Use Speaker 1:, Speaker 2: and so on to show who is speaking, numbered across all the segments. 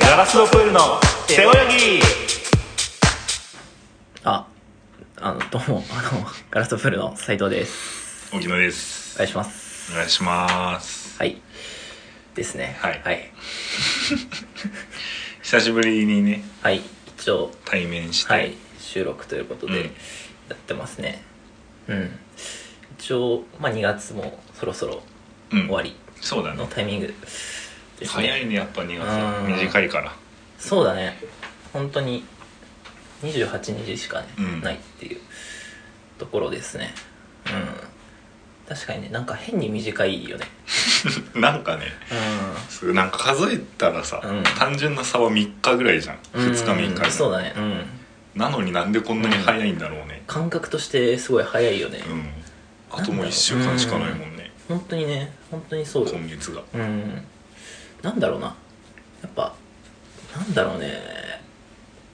Speaker 1: ガラスのプールの背泳ぎ
Speaker 2: あ、あの、どうも、あの、ガラストプールの斉藤です。
Speaker 1: 沖野で
Speaker 2: お
Speaker 1: す
Speaker 2: 願いします。
Speaker 1: お願いします
Speaker 2: はい。ですね。
Speaker 1: はい
Speaker 2: はい。
Speaker 1: 久しぶりにね
Speaker 2: はい一応、
Speaker 1: 対面して、
Speaker 2: はい、収録ということ
Speaker 1: うん
Speaker 2: で、やってますね。うん。一応、まあ、2月もそろそろ
Speaker 1: うん
Speaker 2: 終わり
Speaker 1: そうだ
Speaker 2: の
Speaker 1: ね
Speaker 2: タイミングですね。
Speaker 1: 早いねやっぱ2月は
Speaker 2: うん
Speaker 1: 短いから
Speaker 2: そうだね。本当に、28日しかね、
Speaker 1: うん
Speaker 2: ないっていうところですね。うん。確かにね、なんか変に短いよね。
Speaker 1: なんかね
Speaker 2: うん。
Speaker 1: すなんか数えたらさ、
Speaker 2: うん
Speaker 1: 単純な差は3日ぐらいじゃん2日3日
Speaker 2: うんそうだねうん
Speaker 1: なのになんでこんなに早いんだろうね
Speaker 2: 感覚としてすごい早いよね、
Speaker 1: うん、あともう1週間しかないもんね、
Speaker 2: 本当にね本当にそうよ
Speaker 1: 今月が
Speaker 2: うんなんだろうなやっぱなんだろうね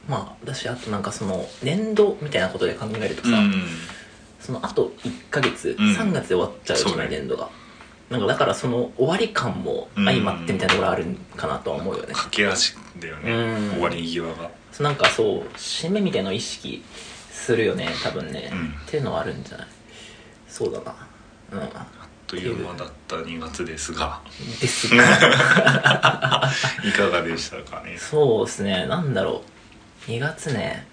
Speaker 2: まあ私あとなんかその年度みたいなことで考えるとさ、そのあと1ヶ月、
Speaker 1: うん
Speaker 2: 3月で終わっちゃうじゃ
Speaker 1: そうだ
Speaker 2: ない
Speaker 1: ね
Speaker 2: 年度がなんかだからその終わり感も相まってみたいなところあるんかなとは思うよね、
Speaker 1: 駆け足だよね、
Speaker 2: うん
Speaker 1: 終わり際が
Speaker 2: そうなんかそう締めみたいなのを意識するよね多分ね、
Speaker 1: うん
Speaker 2: っていうのはあるんじゃないそうだなう
Speaker 1: あっという間だった2月ですが
Speaker 2: んですが
Speaker 1: いかがでしたかね
Speaker 2: そうですねなんだろう2月ね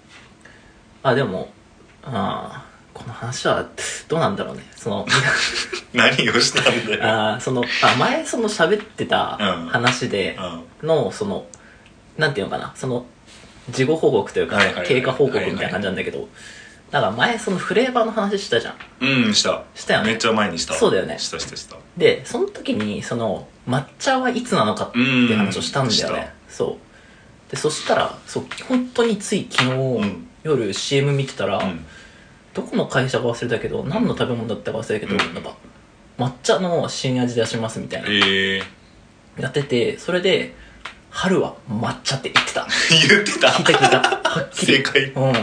Speaker 2: あでもあーこの話はどうなんだろうね その
Speaker 1: 何をしたんだよ
Speaker 2: あーそのあ前その喋ってた
Speaker 1: うん
Speaker 2: 話で
Speaker 1: うん
Speaker 2: のそのなんていうのかなその事後報告というか
Speaker 1: はいはいはい
Speaker 2: 経過報告みたいな感じなんだけどだから前そのフレーバーの話したじゃん
Speaker 1: うんした
Speaker 2: したよね
Speaker 1: めっちゃ前にした
Speaker 2: そうだよね
Speaker 1: したしたした
Speaker 2: でその時にその抹茶はいつなのかっていう話をしたんだよ
Speaker 1: うん
Speaker 2: ね、そうでそしたらそう本当につい昨日、
Speaker 1: ん
Speaker 2: 夜 CM 見てたら、
Speaker 1: うん
Speaker 2: どこの会社か忘れたけど何の食べ物だったか忘れたけど、
Speaker 1: うん
Speaker 2: なんか抹茶の新味出しますみたいな
Speaker 1: ええー、
Speaker 2: やっててそれで春は抹茶って言ってた
Speaker 1: 言ってた
Speaker 2: 聞いた 聞いたはっきり
Speaker 1: 正解
Speaker 2: うんはっ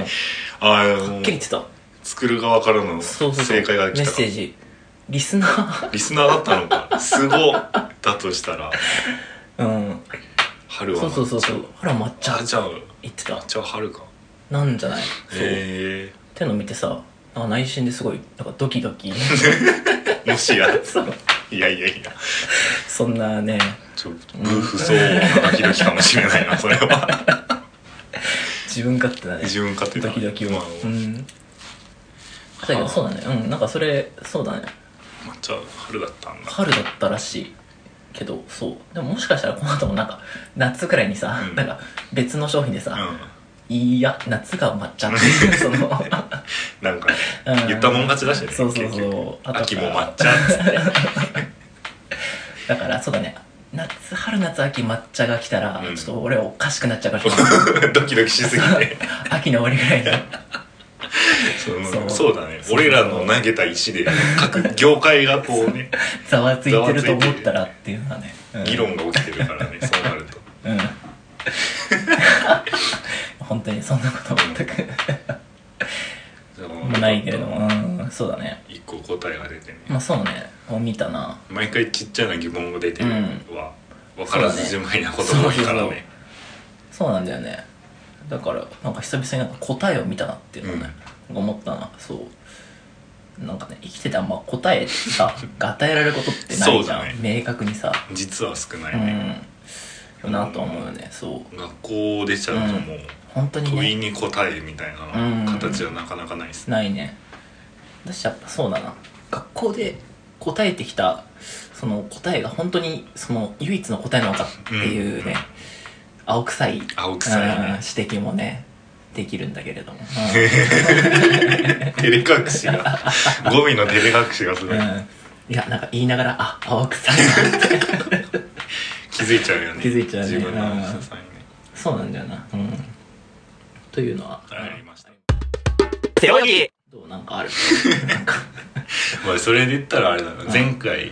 Speaker 1: ああもう
Speaker 2: きり言ってた
Speaker 1: 作る側からの
Speaker 2: そうそうそう
Speaker 1: 正解が来
Speaker 2: メッ
Speaker 1: たか
Speaker 2: セージリスナー
Speaker 1: リスナーだったのかすごだとしたら
Speaker 2: うん
Speaker 1: 春は
Speaker 2: そうそうそうそう春は抹
Speaker 1: じゃ
Speaker 2: 茶
Speaker 1: あじゃあ
Speaker 2: 言ってた
Speaker 1: じゃあ春か
Speaker 2: なんじゃないそう、
Speaker 1: へ
Speaker 2: っていうのを見てさなんか内心ですごいなんかドキドキ
Speaker 1: えもしや
Speaker 2: そう
Speaker 1: いやいやいや
Speaker 2: そんなね
Speaker 1: ちょっと無不相応なドキドキかもしれないなそれ は
Speaker 2: 自分勝手なね
Speaker 1: 自分勝手だ
Speaker 2: ドキドキを
Speaker 1: まあ
Speaker 2: うんだけどそうだねうんなんかそれそうだね
Speaker 1: 抹茶春だったんだ
Speaker 2: 春だったらしいけどそうでももしかしたらこの後もなんか夏くらいにさ、
Speaker 1: うん
Speaker 2: なんか別の商品で
Speaker 1: う
Speaker 2: さ
Speaker 1: ん
Speaker 2: 「いや夏が抹茶」っ ていうその
Speaker 1: なんかね
Speaker 2: うん
Speaker 1: 言ったもん勝ちだしね
Speaker 2: そうそう
Speaker 1: 結
Speaker 2: そう
Speaker 1: 局
Speaker 2: 後から
Speaker 1: 秋も抹茶 っつって
Speaker 2: だからそうだね夏春夏秋抹茶が来たら、
Speaker 1: うん
Speaker 2: ちょっと俺おかしくなっちゃう かもしれない
Speaker 1: ドキドキしすぎて
Speaker 2: 秋の終わりぐらいに
Speaker 1: そう
Speaker 2: そう
Speaker 1: そうだね
Speaker 2: そう
Speaker 1: 俺らの投げた石で各業界がこうね
Speaker 2: ざわついてると思ったらっていうのはね、うん
Speaker 1: 議論が起きてる からねそうなると
Speaker 2: うん本当にそんなこと全く ないけれども、うん、そうだね
Speaker 1: 一個答えが出てね
Speaker 2: まあそうねもう見たな
Speaker 1: 毎回ちっちゃな疑問が出てるは分からずじまいなこと
Speaker 2: そう
Speaker 1: も多
Speaker 2: だね
Speaker 1: いから
Speaker 2: そうそう
Speaker 1: ね
Speaker 2: そうなんだよねだからなんか久々になんか答えを見たなっていうのをね、思ったなそうなんかね生きててあんま答えさが与えられることってないじゃん、
Speaker 1: そうだ
Speaker 2: 明確にさ
Speaker 1: 実は少な
Speaker 2: う
Speaker 1: いね
Speaker 2: んよなとは思うよねそう
Speaker 1: 学校出ちゃうともう
Speaker 2: 本当に
Speaker 1: 問い
Speaker 2: ね
Speaker 1: に答えみたいな形はなかなかないですね
Speaker 2: ないね私やっぱそうだな学校で答えてきたその答えが本当にその唯一の答えなのかっていうね、
Speaker 1: うん
Speaker 2: 青臭い
Speaker 1: 青臭い
Speaker 2: うん
Speaker 1: ね
Speaker 2: 指摘もねできるんだけれ ども、
Speaker 1: 照れ隠し が語尾の照れ隠しがす
Speaker 2: うん
Speaker 1: ごい
Speaker 2: いやなんか言いながらあ青臭 いなって
Speaker 1: 気づいちゃうよね
Speaker 2: 気づいちゃうね
Speaker 1: 自分の
Speaker 2: うん
Speaker 1: ささにね
Speaker 2: そうなんだよなうんというのは、
Speaker 1: ありました
Speaker 2: 背泳ぎどうなんかある なんか
Speaker 1: まあそれで言ったらあれだな
Speaker 2: うん
Speaker 1: 前回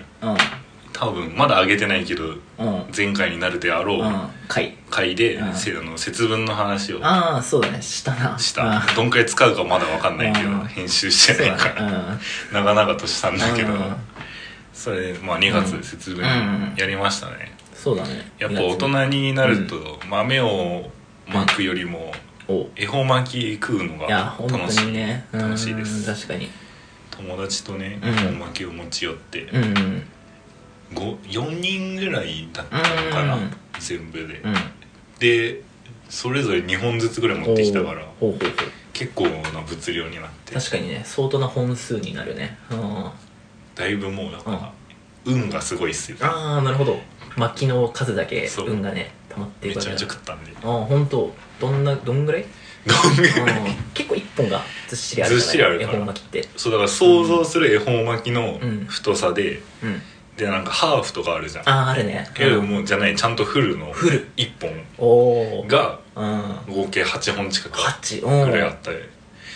Speaker 1: 多分まだ上げてないけど
Speaker 2: うんうん
Speaker 1: 前回になるであろ
Speaker 2: う
Speaker 1: うん
Speaker 2: かい
Speaker 1: 回で
Speaker 2: うん
Speaker 1: せあの節分の話を
Speaker 2: ああそうだねしたな
Speaker 1: した
Speaker 2: うん
Speaker 1: どんくらい使うかまだ分かんないけ
Speaker 2: う
Speaker 1: ど
Speaker 2: ん
Speaker 1: 編集して
Speaker 2: そう
Speaker 1: ないか
Speaker 2: だ
Speaker 1: ら
Speaker 2: ね
Speaker 1: 長々としたんだけど
Speaker 2: うん
Speaker 1: それまあ2月節分
Speaker 2: うん
Speaker 1: やりましたね
Speaker 2: そうそうだね
Speaker 1: やっぱ大人になると豆を巻くよりも
Speaker 2: お
Speaker 1: 恵方巻き食うの
Speaker 2: いや
Speaker 1: が
Speaker 2: 本
Speaker 1: 楽
Speaker 2: 当
Speaker 1: しい
Speaker 2: にねうん
Speaker 1: 楽しいです
Speaker 2: 確かに
Speaker 1: 友達とね
Speaker 2: うん
Speaker 1: 恵方巻きを持ち寄って
Speaker 2: うんうん
Speaker 1: 4人ぐらいだったのかな
Speaker 2: うん
Speaker 1: 全部で
Speaker 2: うん
Speaker 1: でそれぞれ2本ずつぐらい持ってきたから
Speaker 2: ほうほうほう
Speaker 1: 結構な物量になって
Speaker 2: 確かにね相当な本数になるねうんあ
Speaker 1: だいぶもうだから運がすごいっすよ
Speaker 2: あなるほど薪の数だけ
Speaker 1: そう
Speaker 2: 運がね溜まって
Speaker 1: め
Speaker 2: いくわ
Speaker 1: ちゃ
Speaker 2: けだ
Speaker 1: めちゃ食ったんで
Speaker 2: ああ本当どんなどんぐ らい
Speaker 1: どんぐ
Speaker 2: あ
Speaker 1: らい
Speaker 2: ー結構一本がずっしりある
Speaker 1: ずっしりあるから
Speaker 2: 絵本巻きって
Speaker 1: そうだから想像する恵方巻きの
Speaker 2: うん
Speaker 1: 太さで、
Speaker 2: うん
Speaker 1: でなんかハーフとかあるじゃん
Speaker 2: あああるね
Speaker 1: けど
Speaker 2: うん
Speaker 1: もうじゃないちゃんとフルの
Speaker 2: フル
Speaker 1: 1本
Speaker 2: おお
Speaker 1: が
Speaker 2: うん
Speaker 1: 合計8本近く
Speaker 2: 八う
Speaker 1: ぐ
Speaker 2: ん
Speaker 1: らいあったり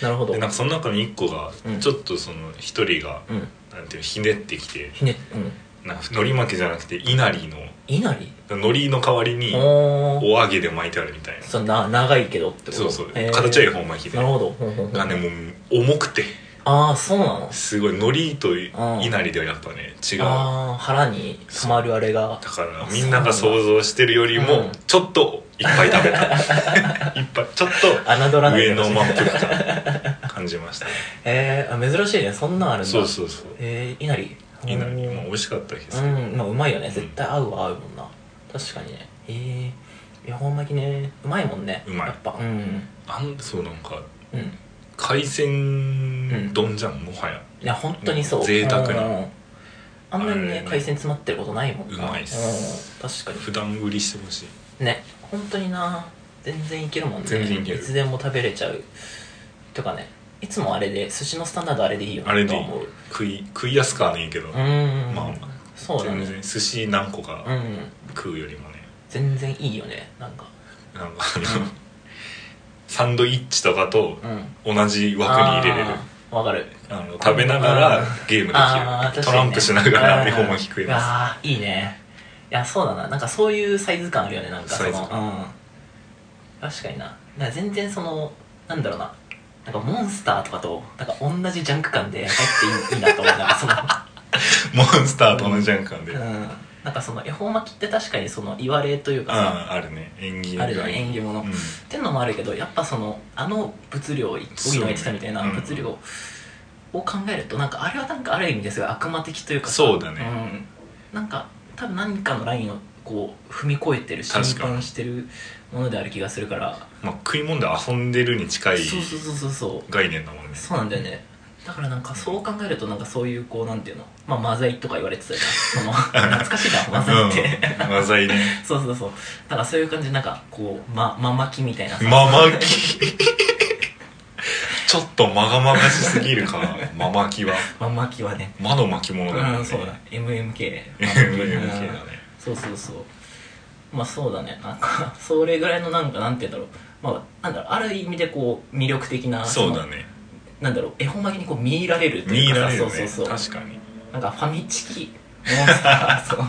Speaker 2: なるほど
Speaker 1: でなんかその中の1個が
Speaker 2: うん
Speaker 1: ちょっとその1人が
Speaker 2: うん
Speaker 1: なんていうのひねってきて
Speaker 2: ひねうん
Speaker 1: なんか海苔巻きじゃなくて稲荷の
Speaker 2: いなり
Speaker 1: 海苔の代わりに
Speaker 2: おお
Speaker 1: お揚げで巻いてあるみたいな
Speaker 2: そうな長いけどってこと
Speaker 1: そうそう
Speaker 2: へー
Speaker 1: 形は恵方巻きで
Speaker 2: なるほどほんほんほ
Speaker 1: がね
Speaker 2: ん
Speaker 1: もう重くて
Speaker 2: ああそうなの
Speaker 1: すごい海苔と
Speaker 2: ん
Speaker 1: 稲荷ではやっぱね違うだ
Speaker 2: ああ腹に溜まるあれが
Speaker 1: からみんなが想像してるより
Speaker 2: うん
Speaker 1: もちょっといっぱい食 べたいっぱいちょっと
Speaker 2: 侮らない
Speaker 1: 上の満腹感感じま したね
Speaker 2: えー、あ珍しいねそんなんあるんだ
Speaker 1: そうそうそう
Speaker 2: えー、いなり
Speaker 1: 稲荷まあ美味しかったですけど
Speaker 2: うんまあうまいよね絶対合うは合うもんな確かにねえー、いやほんまにねうまいもんね
Speaker 1: うまい
Speaker 2: やっぱうん
Speaker 1: あんそうなんか
Speaker 2: うん
Speaker 1: 海鮮丼じゃんもはや
Speaker 2: いや本当にそう
Speaker 1: うん贅沢な
Speaker 2: うんあんまり
Speaker 1: あれ
Speaker 2: ね
Speaker 1: ね
Speaker 2: 海鮮詰まってることないもんな
Speaker 1: うまいっす
Speaker 2: うん、確かに
Speaker 1: 普段売りしてほしい
Speaker 2: ね本当にな全然いけるもんね
Speaker 1: 全然いける
Speaker 2: つでも食べれちゃうとかねいつもあれで寿司のスタンダードあれでいいよ
Speaker 1: あれ
Speaker 2: ねと
Speaker 1: でいい
Speaker 2: 思う
Speaker 1: 食い食いやすくはねえけど
Speaker 2: うんうんうん
Speaker 1: まあ
Speaker 2: そうだ
Speaker 1: 全
Speaker 2: ね
Speaker 1: 然寿司何個か
Speaker 2: うん
Speaker 1: 食うよりもね
Speaker 2: 全然いいよねなんか
Speaker 1: なんかあのサンドイッチとかと
Speaker 2: うん
Speaker 1: 同じ枠に入れれる
Speaker 2: あーわかる
Speaker 1: あの食べながらゲーム
Speaker 2: ああ
Speaker 1: でき
Speaker 2: ー
Speaker 1: る
Speaker 2: 確
Speaker 1: ト
Speaker 2: か
Speaker 1: ラ
Speaker 2: にね
Speaker 1: ンプしなが
Speaker 2: う
Speaker 1: ら
Speaker 2: ん
Speaker 1: 恵方巻き食えます
Speaker 2: あーいいねいやそうだななんかそういうサイズ感あるよねなんかそ
Speaker 1: サ
Speaker 2: の
Speaker 1: イズ
Speaker 2: うん確かにななんか全然そのなんだろうななんかモンスターとかとなんか同じジャンク感で入っていいいいなと思う なその
Speaker 1: モンスターと同じゃん感で
Speaker 2: う
Speaker 1: うん
Speaker 2: んなんかその恵方巻きって確かにその言われというかさ
Speaker 1: あるね縁起
Speaker 2: あるじゃん縁
Speaker 1: 起
Speaker 2: 起物、
Speaker 1: うん
Speaker 2: ってのもあるけどやっぱそのあの物量を荻野が言ってたみたいな
Speaker 1: そうねうん
Speaker 2: 物量を考えるとなんかあれはなんかある意味ですが悪魔的というかさ
Speaker 1: そうだね
Speaker 2: うん、なんか多分何かのラインをこう踏み越えてる
Speaker 1: 確か
Speaker 2: 侵
Speaker 1: に
Speaker 2: 犯してるものである気がするから
Speaker 1: まあ食い物で遊んでるに近い
Speaker 2: そうそうそうそうそう
Speaker 1: 概念だもんね
Speaker 2: そうなんだよねだからなんかそう考えるとなんかそういうこうなんていうのまあマザイとか言われてたじゃ んその懐かしいなマザイって、
Speaker 1: うんマザイね
Speaker 2: そうそうそうだからそういう感じでなんかこうまままきみたいなさ
Speaker 1: ママキちょっとまがまがしすぎるかママキは
Speaker 2: ままきはね
Speaker 1: 魔の巻物だもんね
Speaker 2: うんそうだ MMK
Speaker 1: MMK だ
Speaker 2: う
Speaker 1: ね
Speaker 2: んそうそうそうまあそうだねなんか それぐらいのなんかなんて言うんだろうまあなんだろうある意味でこう魅力的な
Speaker 1: そう
Speaker 2: そ
Speaker 1: だ
Speaker 2: の
Speaker 1: ね
Speaker 2: なんだろう絵本巻きにこう見入られると
Speaker 1: 見
Speaker 2: い
Speaker 1: 入
Speaker 2: う
Speaker 1: ら
Speaker 2: かさ
Speaker 1: れるね
Speaker 2: そうそうそう
Speaker 1: 確かに
Speaker 2: なんかファミチキモンスターそう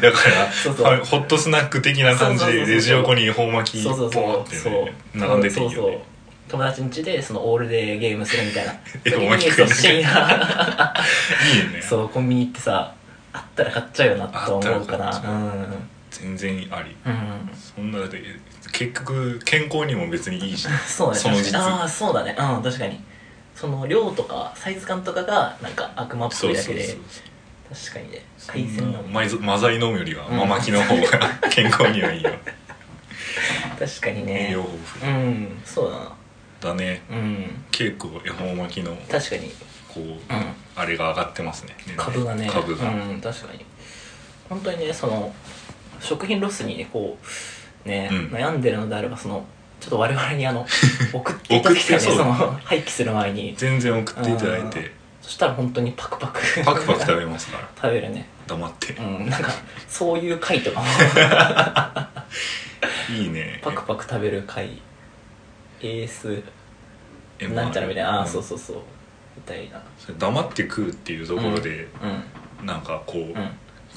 Speaker 1: だから
Speaker 2: そうそう
Speaker 1: ホットスナック的な感じ
Speaker 2: そうそうそ
Speaker 1: で
Speaker 2: うそう
Speaker 1: レジ横に恵方 巻き
Speaker 2: そ
Speaker 1: ボ
Speaker 2: うそ
Speaker 1: ー
Speaker 2: う
Speaker 1: っ
Speaker 2: そう
Speaker 1: て
Speaker 2: そう
Speaker 1: ね並んでていい
Speaker 2: そう
Speaker 1: よ
Speaker 2: そう
Speaker 1: ね
Speaker 2: 友達ん家でそのオールでゲームするみたいな
Speaker 1: 絵本巻き
Speaker 2: そう深夜
Speaker 1: いいよね
Speaker 2: そうコンビニ行ってさあったら買っちゃうよなと思うか
Speaker 1: あったら買っちゃ
Speaker 2: なうん
Speaker 1: 全然あり
Speaker 2: うん
Speaker 1: そんなだって結局健康にも別にいいし
Speaker 2: そうだね
Speaker 1: その
Speaker 2: 確
Speaker 1: 実
Speaker 2: かにああそうだねうん確かにその量とかサイズ感とかがなんか悪魔っぽ
Speaker 1: そ
Speaker 2: いうだ
Speaker 1: そ
Speaker 2: け
Speaker 1: う
Speaker 2: で
Speaker 1: そう
Speaker 2: 確かにね
Speaker 1: そ
Speaker 2: 海
Speaker 1: ん
Speaker 2: 鮮だ
Speaker 1: な
Speaker 2: もん
Speaker 1: まいぞマザイ飲むよりは
Speaker 2: うん
Speaker 1: ママキの方が 健康にはいいよ
Speaker 2: 確かに
Speaker 1: 栄
Speaker 2: ね
Speaker 1: 養豊
Speaker 2: う
Speaker 1: 富
Speaker 2: んそうだな
Speaker 1: だね
Speaker 2: うん
Speaker 1: 結構恵方巻きの
Speaker 2: 確かに
Speaker 1: こう
Speaker 2: うん
Speaker 1: あれが上がってますね
Speaker 2: 株がね
Speaker 1: 株が
Speaker 2: うん確かに本当にねその食品ロスにねこうね、
Speaker 1: うん
Speaker 2: 悩んでるのであればそのちょっと我々に あの送っていただきたいね
Speaker 1: 送ってそう
Speaker 2: その廃棄する前に
Speaker 1: 全然送っていただいて
Speaker 2: そしたら本当にパクパク
Speaker 1: パクパク食
Speaker 2: べ
Speaker 1: べますから
Speaker 2: 食べるね
Speaker 1: 黙って
Speaker 2: うんなんかそういう回とかも
Speaker 1: いいね
Speaker 2: パクパク食べる回エース
Speaker 1: え
Speaker 2: なんちゃらみたいな
Speaker 1: う
Speaker 2: あー
Speaker 1: ん
Speaker 2: そうそうそうみたいな
Speaker 1: それ黙って食うっていうところで、
Speaker 2: うん
Speaker 1: なんかこう、
Speaker 2: うん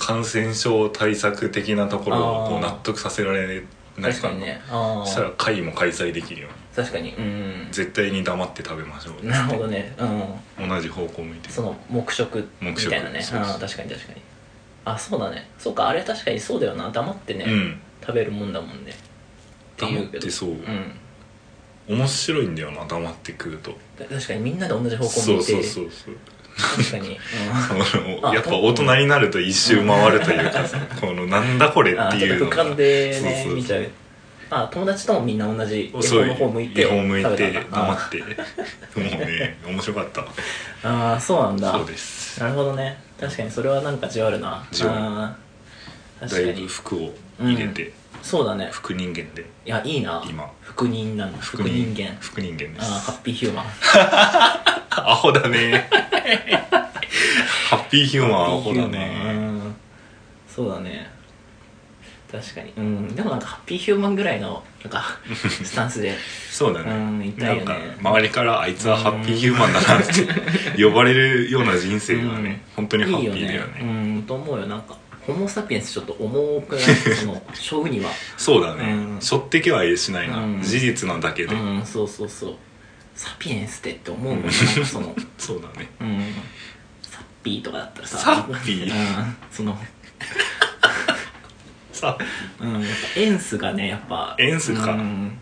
Speaker 1: 感染症対策的なところをこ
Speaker 2: あー
Speaker 1: う納得させられない
Speaker 2: 確かにね
Speaker 1: そ
Speaker 2: あ
Speaker 1: したら
Speaker 2: あ
Speaker 1: 会も開催できるよ
Speaker 2: 確かにうん
Speaker 1: 絶対に黙って食べましょう
Speaker 2: なるほどねうん
Speaker 1: 同じ方向向いて
Speaker 2: その黙食みたいなね
Speaker 1: 黙食そうそう
Speaker 2: あー確かに確かにあそうだねそうかあれ確かにそうだよな黙ってね、
Speaker 1: うん
Speaker 2: 食べるもんだもんねって
Speaker 1: 黙
Speaker 2: 言
Speaker 1: っ
Speaker 2: うけど
Speaker 1: てそう、
Speaker 2: うん
Speaker 1: 面白いんだよな黙って食うと
Speaker 2: た確かにみんなで同じ方向
Speaker 1: そ
Speaker 2: 向
Speaker 1: う
Speaker 2: いて
Speaker 1: そうそうそう
Speaker 2: 確か に、
Speaker 1: あの
Speaker 2: あ
Speaker 1: やっぱ大人になると一周回るというかさこのなんだこれ
Speaker 2: う
Speaker 1: っ
Speaker 2: ん、あ
Speaker 1: て
Speaker 2: ちょ
Speaker 1: い
Speaker 2: っ
Speaker 1: う
Speaker 2: と
Speaker 1: の
Speaker 2: 俯
Speaker 1: が
Speaker 2: 瞰でね
Speaker 1: そうそうそう
Speaker 2: 見ちゃうあ友達ともみんな同じ絵
Speaker 1: そう
Speaker 2: 本の方向いて
Speaker 1: 絵本向いて
Speaker 2: 食べたんだ
Speaker 1: 黙ってもうね面白かった
Speaker 2: ああそうなんだ
Speaker 1: そうです
Speaker 2: なるほどね確かにそれはなんかじわるな
Speaker 1: じわる
Speaker 2: あー
Speaker 1: だ
Speaker 2: 確か
Speaker 1: いぶ
Speaker 2: に
Speaker 1: 服を入れて、
Speaker 2: そうだね
Speaker 1: 服人間で
Speaker 2: いやいいな
Speaker 1: 今
Speaker 2: 福人なんだ福人間
Speaker 1: 服人間で
Speaker 2: あーハ
Speaker 1: す
Speaker 2: ッピーヒューマン
Speaker 1: アホだ ねハッピーヒューマンはアホだね
Speaker 2: うんそうだね確かにうんでもなんかハッピーヒューマンぐらいのなん かスタンスで
Speaker 1: そうだね
Speaker 2: うん痛い
Speaker 1: な
Speaker 2: よ
Speaker 1: ん
Speaker 2: ね
Speaker 1: か周りからあいつはハッピーヒューマンだなって呼ばれるような人生がね本当にハ
Speaker 2: いい
Speaker 1: ッ
Speaker 2: よ
Speaker 1: ピーだよ
Speaker 2: ね
Speaker 1: ね
Speaker 2: うんと思うよなんかホモ・サピエンスちょっと重くないそ の勝負には
Speaker 1: そうだね、
Speaker 2: うん
Speaker 1: 背負ってけはしないな、
Speaker 2: うん
Speaker 1: 事実なだけで、
Speaker 2: うんそうそうそうサピエンスってって思うもんねなんかその
Speaker 1: そうだね
Speaker 2: うんサッピーとかだったらさ
Speaker 1: サッピー
Speaker 2: うん、その、
Speaker 1: さあ
Speaker 2: うん、やっぱエンスがねやっぱ
Speaker 1: エンスか
Speaker 2: うん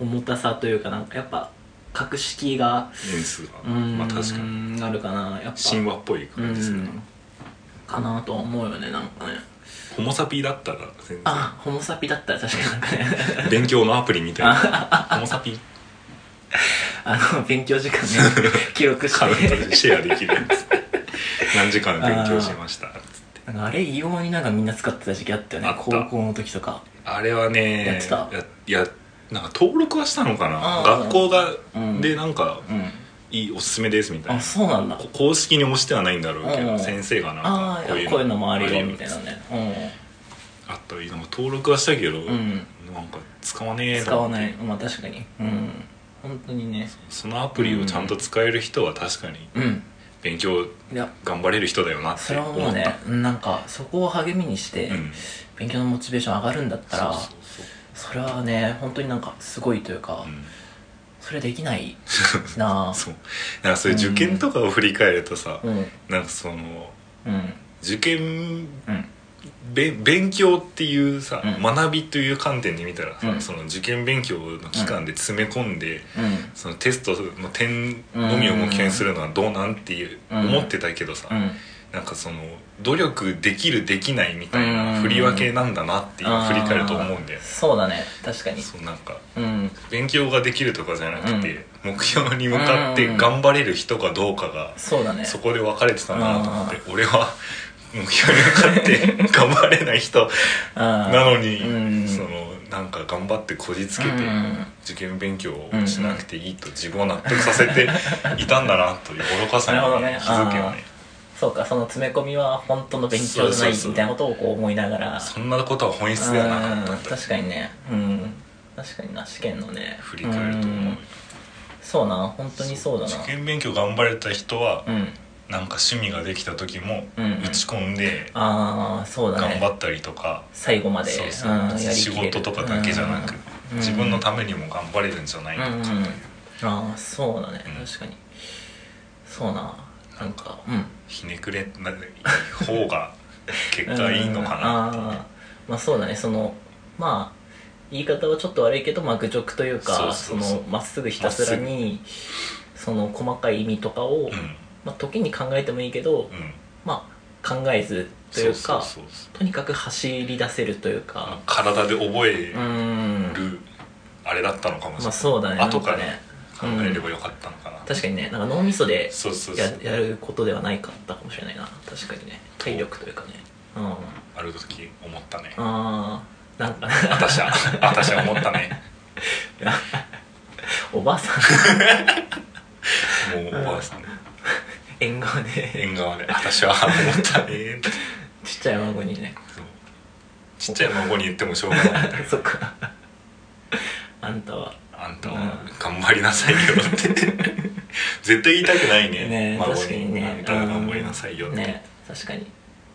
Speaker 2: 重たさというかなんかやっぱ格式が
Speaker 1: 年数が
Speaker 2: うん
Speaker 1: まあ確かに
Speaker 2: あるかなやっぱ
Speaker 1: 神話っぽい感じですね、
Speaker 2: うんかなとは思うよねなんかね
Speaker 1: ホモサピだったら全然
Speaker 2: あホモサピだったら確かになんかね
Speaker 1: 勉強のアプリみたいなホモサピ
Speaker 2: あの勉強 時間ね記録し
Speaker 1: カウント
Speaker 2: て
Speaker 1: でシェアできるや つ何時間勉強しました
Speaker 2: なんかあれ異様になんかみんな使ってた時期あったよ
Speaker 1: あ
Speaker 2: ね
Speaker 1: った
Speaker 2: 高校の時とか
Speaker 1: あれはね
Speaker 2: やってた
Speaker 1: やいやなんか登録はしたのかな
Speaker 2: あー
Speaker 1: 学校が、
Speaker 2: うん
Speaker 1: でなんか
Speaker 2: うん
Speaker 1: いいおすすめですみたい
Speaker 2: あ
Speaker 1: な
Speaker 2: そうなんだ
Speaker 1: こ公式に押してはないんだろうけど、
Speaker 2: うんうん
Speaker 1: 先生がなん
Speaker 2: あ
Speaker 1: か
Speaker 2: あこういうのもあるよみ
Speaker 1: あ
Speaker 2: た
Speaker 1: る
Speaker 2: いなねうん
Speaker 1: あったりなんか登録はしたけど、
Speaker 2: ん
Speaker 1: なんか使わねえ
Speaker 2: 使わな
Speaker 1: って
Speaker 2: いまあ確かにうん本当にね
Speaker 1: そのアプリをちゃんと使える人は確かに
Speaker 2: うん
Speaker 1: 勉強
Speaker 2: いや
Speaker 1: 頑張れる人だよなっ
Speaker 2: そ
Speaker 1: て
Speaker 2: れ
Speaker 1: 思
Speaker 2: は
Speaker 1: っ
Speaker 2: も
Speaker 1: た
Speaker 2: うねなんかそこを励みにして
Speaker 1: うん
Speaker 2: 勉強のモチベーション上がるんだったら
Speaker 1: そうそう
Speaker 2: それはね本当になんかすごいというか
Speaker 1: そう、うん
Speaker 2: それできないな
Speaker 1: そうなんかそういう受験とかを振り返るとさ、
Speaker 2: あうん
Speaker 1: なんかその
Speaker 2: うん
Speaker 1: 受験
Speaker 2: うん
Speaker 1: べ勉強っていうさ、
Speaker 2: うん
Speaker 1: 学びという観点で見たらさ、
Speaker 2: うん
Speaker 1: その受験勉強の期間で詰め込んで、
Speaker 2: うん
Speaker 1: そのテストの点のみを目標にするのはどうなんっていう
Speaker 2: うん
Speaker 1: 思ってたけどさ、
Speaker 2: うん
Speaker 1: なんかその努力できるできないみたいな
Speaker 2: うん
Speaker 1: 振り分けなんだなっていう振り返ると思うんだよ
Speaker 2: あー
Speaker 1: ね
Speaker 2: そうだね確かに
Speaker 1: そうなんか
Speaker 2: うん
Speaker 1: 勉強ができるとかじゃなくて、目標に向かって頑張れる人かどうかが
Speaker 2: そうだね
Speaker 1: そこで分かれてたなと思って俺は目標に向かって頑 張れない人
Speaker 2: な
Speaker 1: なのに、
Speaker 2: うん
Speaker 1: そのなんか頑張ってこじつけて
Speaker 2: うん
Speaker 1: 受験勉強をしなくていいと自分を納得させていたんだなという愚かさに
Speaker 2: なるほど
Speaker 1: ね
Speaker 2: ね
Speaker 1: 気づけよね
Speaker 2: そうかその詰め込みは本当の勉強じゃないみたいなことをこう思いながら
Speaker 1: そんなことは本質ではなかった
Speaker 2: うん
Speaker 1: んだ
Speaker 2: 確かにねうん確かにな試験のね
Speaker 1: 振り返ると思う
Speaker 2: う
Speaker 1: よ
Speaker 2: んそうな本当にそうだな
Speaker 1: 受験勉強頑張れた人は
Speaker 2: うん
Speaker 1: なんか趣味ができた時も
Speaker 2: うんうん
Speaker 1: 打ち込んで
Speaker 2: ああそうだ
Speaker 1: 頑
Speaker 2: ね
Speaker 1: 張ったりとか、
Speaker 2: 最後まで
Speaker 1: そうそう
Speaker 2: うんやり
Speaker 1: 仕
Speaker 2: きれる
Speaker 1: 事とかだけじゃなく、
Speaker 2: うん
Speaker 1: 自分のためにも頑張れるんじゃないのかという、
Speaker 2: うんうんああそうだね
Speaker 1: うん
Speaker 2: 確かにそうななんかうん
Speaker 1: ひねくれない方が結果いいのかなっていう
Speaker 2: うんあーまあそうだねそのまあ言い方はちょっと悪いけど、まあ、愚直というか
Speaker 1: そうそうそう
Speaker 2: のまっすぐひたすらにその細かい意味とかを、
Speaker 1: うん
Speaker 2: まあ、時に考えてもいいけど、
Speaker 1: うん
Speaker 2: まあ考えずというか
Speaker 1: そうそうそう
Speaker 2: とにかく走り出せるというか
Speaker 1: 体で覚え
Speaker 2: うーん
Speaker 1: るあれだったのかもしれない、
Speaker 2: まあそうだね
Speaker 1: 後から
Speaker 2: なん
Speaker 1: 考
Speaker 2: かね
Speaker 1: えればよかったのかな、
Speaker 2: 確かにねなんか脳みそで
Speaker 1: そうそうそ
Speaker 2: や
Speaker 1: う
Speaker 2: やることではないかったかもしれないな確かにね体力というかねうんあ
Speaker 1: ある時思ったね
Speaker 2: あーなんか
Speaker 1: 私は私は思ったね
Speaker 2: おば あさん
Speaker 1: もうおばあさん
Speaker 2: 縁側で
Speaker 1: 縁側で私は思ったねって
Speaker 2: ちっちゃい孫に ね
Speaker 1: そうちっちゃい孫に言ってもしょうがないんだけど
Speaker 2: そっかあんたは
Speaker 1: あんたは頑張りなさいよって絶対言いたくないね
Speaker 2: ね
Speaker 1: 孫
Speaker 2: 確かにね
Speaker 1: あんたが頑張りなさいよって、
Speaker 2: ね確かに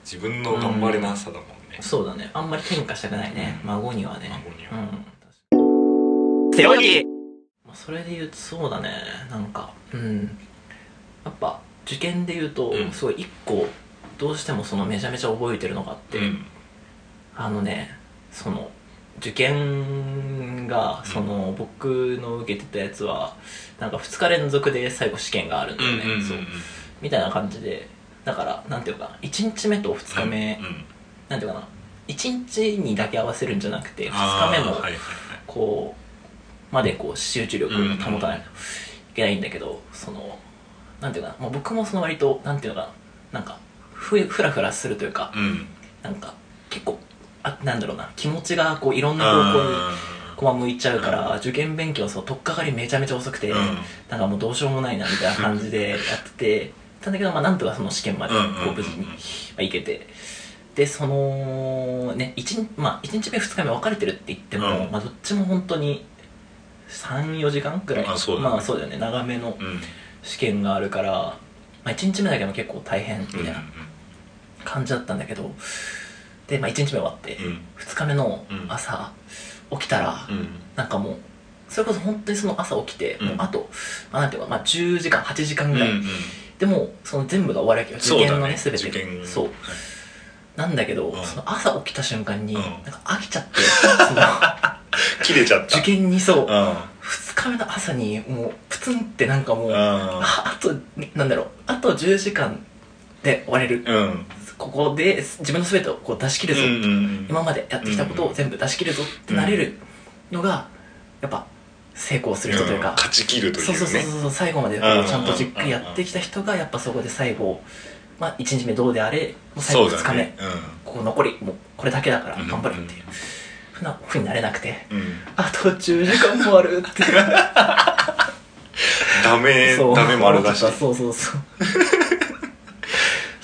Speaker 1: 自分の頑張れなさだもんね、
Speaker 2: そうだねあんまり喧嘩したくないね孫にはね
Speaker 1: 孫には
Speaker 2: うんセオリーまあそれで言うとそうだねなんかうんやっぱ受験で言うと
Speaker 1: うん
Speaker 2: すごい一個どうしてもそのめちゃめちゃ覚えてるのがあって、
Speaker 1: うん
Speaker 2: あのねその受験がその、僕の受けてたやつはなんか2日連続で最後試験があるんだ
Speaker 1: うんう
Speaker 2: よ
Speaker 1: ん
Speaker 2: ね、
Speaker 1: うんうん
Speaker 2: そうみたいな感じでだからなんていうかな1日目と2日目、
Speaker 1: うん
Speaker 2: なんていうかな1日にだけ合わせるんじゃなくて2
Speaker 1: あー
Speaker 2: 日目も
Speaker 1: はいはいはい
Speaker 2: こうまでこう集中力を保たないといけないんだけど、そのなんていうかな、まあ、僕もその割となんていうのかななんかふふらふらするというか、
Speaker 1: うん
Speaker 2: なんか結構あなんだろうな気持ちがこういろんな方向に
Speaker 1: あ
Speaker 2: こう向いちゃうから、受験勉強はそう取っかかりめちゃめちゃ遅くて、
Speaker 1: ーうん
Speaker 2: なんかもうどうしようもないなみたいな感じでやっててたんだけど、まあ、なんとかその試験まで
Speaker 1: う
Speaker 2: こ
Speaker 1: んうんうん
Speaker 2: う無事にまあ行けてでそのね 1,、まあ、1日目2日目分かれてるって言っても、
Speaker 1: うん
Speaker 2: まあ、どっちも本当に34時間くらい
Speaker 1: あそうだね
Speaker 2: まあそうだよね長めの
Speaker 1: うん
Speaker 2: 試験があるから、まあ、1日目だけでも結構大変みたいな感じだったんだけどで、まあ、1日目終わって、
Speaker 1: うんうん
Speaker 2: 2日目の朝、起きたら、
Speaker 1: うん
Speaker 2: なんかもうそれこそ本当にその朝起きて、
Speaker 1: うん
Speaker 2: もうあと、まあ、なんていうか、まあ、10時間8時間
Speaker 1: うん
Speaker 2: ぐらい、
Speaker 1: うん
Speaker 2: でもその全部が終わるわけよ
Speaker 1: そう
Speaker 2: 受
Speaker 1: だ
Speaker 2: 験の
Speaker 1: ね
Speaker 2: ね全て
Speaker 1: 受験
Speaker 2: そう
Speaker 1: はい
Speaker 2: なんだけど、
Speaker 1: うん
Speaker 2: その朝起きた瞬間に、
Speaker 1: うん
Speaker 2: なんか飽きちゃっ てその
Speaker 1: 切れちゃった
Speaker 2: 受験にそう、
Speaker 1: うん
Speaker 2: 2日目の朝にもうプツンってなんかもう、あ
Speaker 1: う
Speaker 2: あとなんだろうあと10時間で終われる、
Speaker 1: んうん
Speaker 2: ここで自分の全てをこう出し切るぞ、
Speaker 1: うんうん
Speaker 2: 今までやってきたことを全部出し切るぞってなれるのがやっぱ成功する人という
Speaker 1: うん
Speaker 2: か、
Speaker 1: 勝ち切るというね
Speaker 2: そうそうそうそう最後までこ
Speaker 1: うん
Speaker 2: うちゃんとじっくりやってきた人がやっぱそこで最後、まあ、1日目どうであれもう最後
Speaker 1: そう
Speaker 2: 2
Speaker 1: だ
Speaker 2: 日目、
Speaker 1: ね
Speaker 2: ここ残りもうこれだけだから
Speaker 1: うん
Speaker 2: 頑張るっていうふうなふうになれなくて
Speaker 1: うんうん
Speaker 2: あと10時間もあるって
Speaker 1: ダメ
Speaker 2: そう
Speaker 1: ダメもあるらしい
Speaker 2: そうそうそう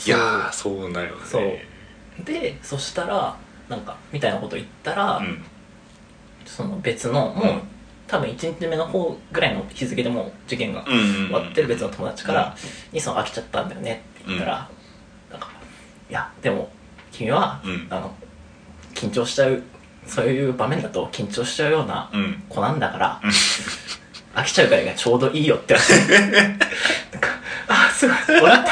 Speaker 1: いやーそうなるよね
Speaker 2: そうでそしたらなんかみたいなこと言ったら、
Speaker 1: うん
Speaker 2: その別のもう、
Speaker 1: うん
Speaker 2: 多分1日目の方ぐらいの日付でもう受験が
Speaker 1: 終
Speaker 2: 終わってる別の友達から「にその飽きちゃったんだよね」って言ったら、なんか「いやでも君は、
Speaker 1: うん
Speaker 2: あの緊張しちゃうそういう場面だと緊張しちゃうような
Speaker 1: うん
Speaker 2: 子なんだから、
Speaker 1: ん
Speaker 2: 飽きちゃうぐらいがちょうどいいよ」って言われてなんかあすごい俺って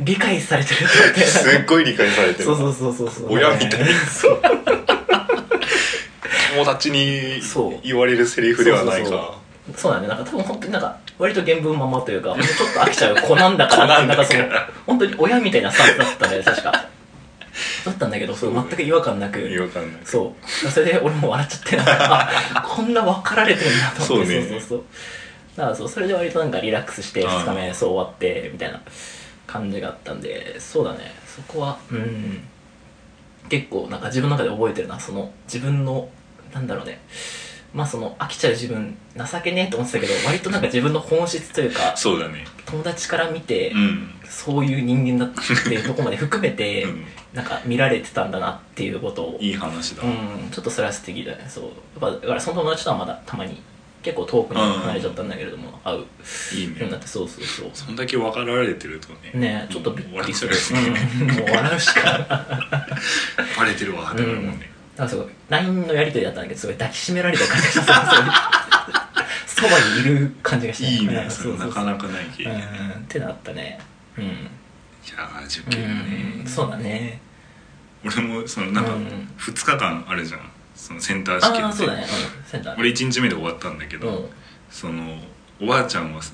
Speaker 2: 理解されてるって思って
Speaker 1: すっごい理解されてる
Speaker 2: そうそうそうそうそう
Speaker 1: 親みたいな
Speaker 2: そう
Speaker 1: 友達に
Speaker 2: そう
Speaker 1: 言われるセリフではない
Speaker 2: そうそうそ
Speaker 1: か
Speaker 2: そうなんだよなんか多分本当になんか割と原文ままというかもうちょっと飽きちゃう子なんだからって
Speaker 1: 子なんだ
Speaker 2: かそ
Speaker 1: から
Speaker 2: の本当に親みたいなスタンスだったんだよね確かだったんだけどそれ全く違和感な
Speaker 1: 違
Speaker 2: く
Speaker 1: 和感ない
Speaker 2: そうそれで俺も笑っちゃってなんかあこんな分かられてるんだと思っ
Speaker 1: そうね
Speaker 2: てそうそうそうだからそうそれで割となんかリラックスして
Speaker 1: うん
Speaker 2: 2日目そう終わってみたいな感じがあったんでそうだねそこはうん結構なんか自分の中で覚えてるなその自分のなんだろうねまあその飽きちゃう自分情けねえと思ってたけど割となんか自分の本質というか
Speaker 1: そうだね
Speaker 2: 友達から見て
Speaker 1: うん
Speaker 2: そういう人間だっていうところまで含めて
Speaker 1: うん
Speaker 2: なんか見られてたんだなっていうことを
Speaker 1: いい話だ
Speaker 2: うんちょっとそれは素敵だねそうやっぱだからその友達とはまだたまに結構遠くに離れちゃったんだけれども会うよ
Speaker 1: いいう
Speaker 2: にな
Speaker 1: ね
Speaker 2: ってそうそうそう
Speaker 1: そんだけ分かられてるとね
Speaker 2: ねえちょっとびっくりする
Speaker 1: 終わりそうですね
Speaker 2: うんもう笑うしかない
Speaker 1: バレてるわってなるもんね
Speaker 2: なんかすごい LINE のやり取りだったんだけどすごい抱きしめられた感じがしたそばにいる感じがした
Speaker 1: いいね
Speaker 2: うん
Speaker 1: それなかなかない経
Speaker 2: う
Speaker 1: 験
Speaker 2: んってなったねうん、
Speaker 1: いやー受
Speaker 2: う
Speaker 1: 験ね
Speaker 2: ん、そうだね
Speaker 1: 俺もそのなんか
Speaker 2: うん
Speaker 1: 2日間あるじゃんそのセンター試
Speaker 2: あ
Speaker 1: 験
Speaker 2: あ
Speaker 1: っ
Speaker 2: そうだね
Speaker 1: て、
Speaker 2: うん、センター
Speaker 1: 俺1日目で終わったんだけ
Speaker 2: う
Speaker 1: ど
Speaker 2: ん
Speaker 1: そのおばあちゃんはさ